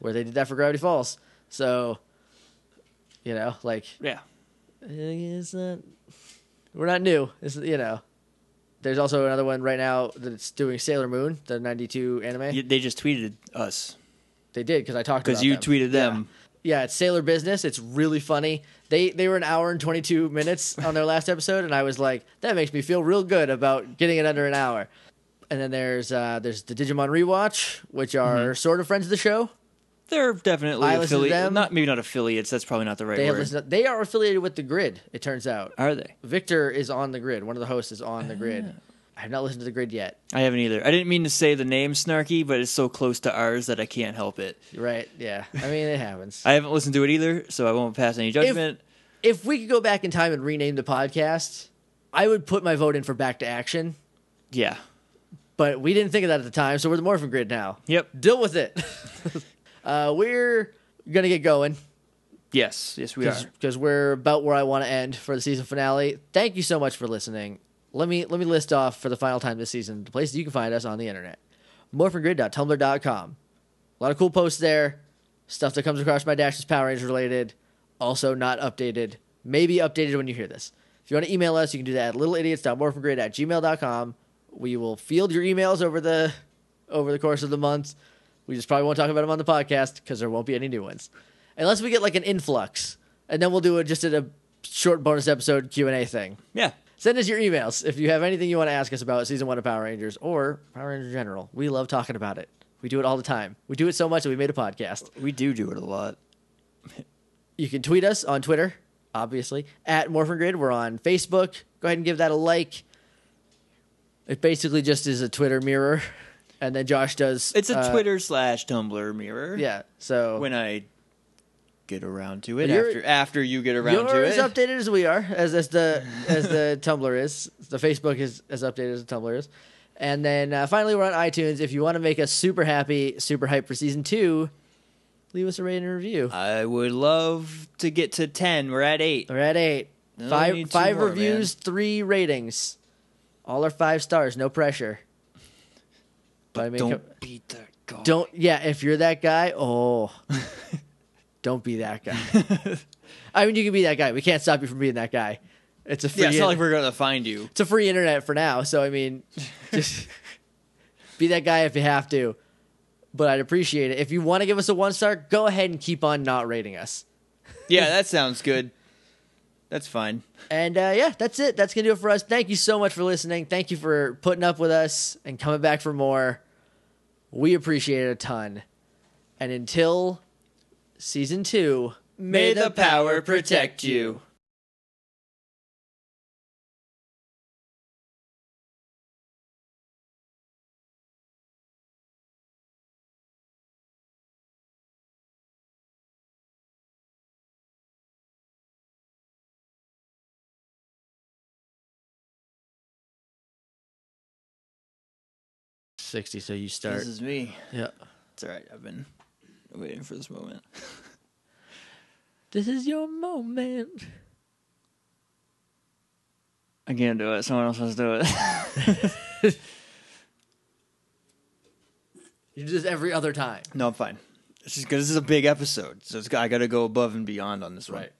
Speaker 2: where they did that for Gravity Falls. So, you know, like,
Speaker 1: Yeah.
Speaker 2: it's not, we're not new. It's, you know, there's also another one right now that's doing Sailor Moon, the 92 anime.
Speaker 1: Y- They just tweeted us
Speaker 2: They did, because I talked
Speaker 1: because
Speaker 2: about
Speaker 1: you
Speaker 2: them.
Speaker 1: tweeted them.
Speaker 2: Yeah, it's Sailor Business. It's really funny. They they were an hour and 22 minutes on their last episode, and I was like, that makes me feel real good about getting it under an hour. And then there's uh, there's the Digimon rewatch, which are
Speaker 1: Mm-hmm.
Speaker 2: sort of friends of the show.
Speaker 1: They're definitely
Speaker 2: I listened to
Speaker 1: affiliates.
Speaker 2: them.
Speaker 1: Not maybe not affiliates. That's probably not the right
Speaker 2: They have
Speaker 1: word.
Speaker 2: listened, they are affiliated with the Grid. It turns out
Speaker 1: Are they?
Speaker 2: Victor is on the Grid. One of the hosts is on the Grid.
Speaker 1: Ah.
Speaker 2: I have not listened to the Grid yet.
Speaker 1: I haven't either. I didn't mean to say the name snarky, but it's so close to ours that I can't help it.
Speaker 2: Right? Yeah. I mean, it happens.
Speaker 1: I haven't listened to it either, so I won't pass any judgment.
Speaker 2: if we could go back in time and rename the podcast, I would put my vote in for Back to Action.
Speaker 1: yeah.
Speaker 2: but we didn't think of that at the time, so we're the Morphin Grid now.
Speaker 1: Yep.
Speaker 2: Deal with it. uh, we're gonna get going
Speaker 1: Yes. Yes, we are.
Speaker 2: because we're about where I want to end for the season finale. Thank you so much for listening. Let me let me list off for the final time this season the places you can find us on the internet: morphingrid.tumblr.com. A lot of cool posts there. Stuff that comes across my dash is Power Rangers related. Also not updated. Maybe updated when you hear this. If you want to email us, you can do that at littleidiots.morphingrid at gmail.com. We will field your emails over the over the course of the month. We just probably won't talk about them on the podcast because there won't be any new ones. Unless we get like an influx. And then we'll do a, just a short bonus episode Q&A thing.
Speaker 1: Yeah.
Speaker 2: Send us your emails if you have anything you want to ask us about season one of Power Rangers or Power Rangers in general. We love talking about it. We do it all the time. We do it so much that we made a podcast.
Speaker 1: We do do it a lot.
Speaker 2: You can tweet us on Twitter, obviously, at Morphin Grid. We're on Facebook. Go ahead and give that a like. It basically just is a Twitter mirror. And then Josh does.
Speaker 1: It's a
Speaker 2: uh,
Speaker 1: Twitter slash Tumblr mirror.
Speaker 2: Yeah. So
Speaker 1: When I get around to it
Speaker 2: You're-
Speaker 1: after after you get around
Speaker 2: you're
Speaker 1: to
Speaker 2: as
Speaker 1: it.
Speaker 2: updated as we are, as, as the as the Tumblr is. The Facebook is as updated as the Tumblr is. And then uh, finally, we're on iTunes. If you want to make us super happy, super hype for season two, leave us a rating and review.
Speaker 1: I would love to get to ten. We're at eight.
Speaker 2: We're at eight.
Speaker 1: No, we
Speaker 2: five
Speaker 1: need two
Speaker 2: five
Speaker 1: more,
Speaker 2: reviews, three ratings. All are five stars. No pressure. But I mean,
Speaker 1: Don't
Speaker 2: co-
Speaker 1: beat that guy.
Speaker 2: don't. Yeah, if you're that guy, oh, don't be that guy. I mean, you can be that guy. We can't stop you from being that guy. It's a free.
Speaker 1: Yeah, it's not like
Speaker 2: in-
Speaker 1: we're gonna find you.
Speaker 2: it's a free internet for now. So I mean, just be that guy if you have to. But I'd appreciate it if you want to give us a one star. Go ahead and keep on not rating us.
Speaker 1: Yeah, that sounds good. That's fine.
Speaker 2: And uh, yeah, that's it. That's gonna do it for us. Thank you so much for listening. Thank you for putting up with us and coming back for more. We appreciate it a ton. And until season two,
Speaker 1: May the power protect you.
Speaker 2: Sixty. So you start.
Speaker 1: This is me.
Speaker 2: Yeah.
Speaker 1: It's all right. I've been waiting for this moment.
Speaker 2: This is your moment.
Speaker 1: I can't do it. Someone else has to do it.
Speaker 2: You do this every other time.
Speaker 1: no, I'm fine. It's just because this is a big episode, so it's, I got to go above and beyond on this one.
Speaker 2: Right.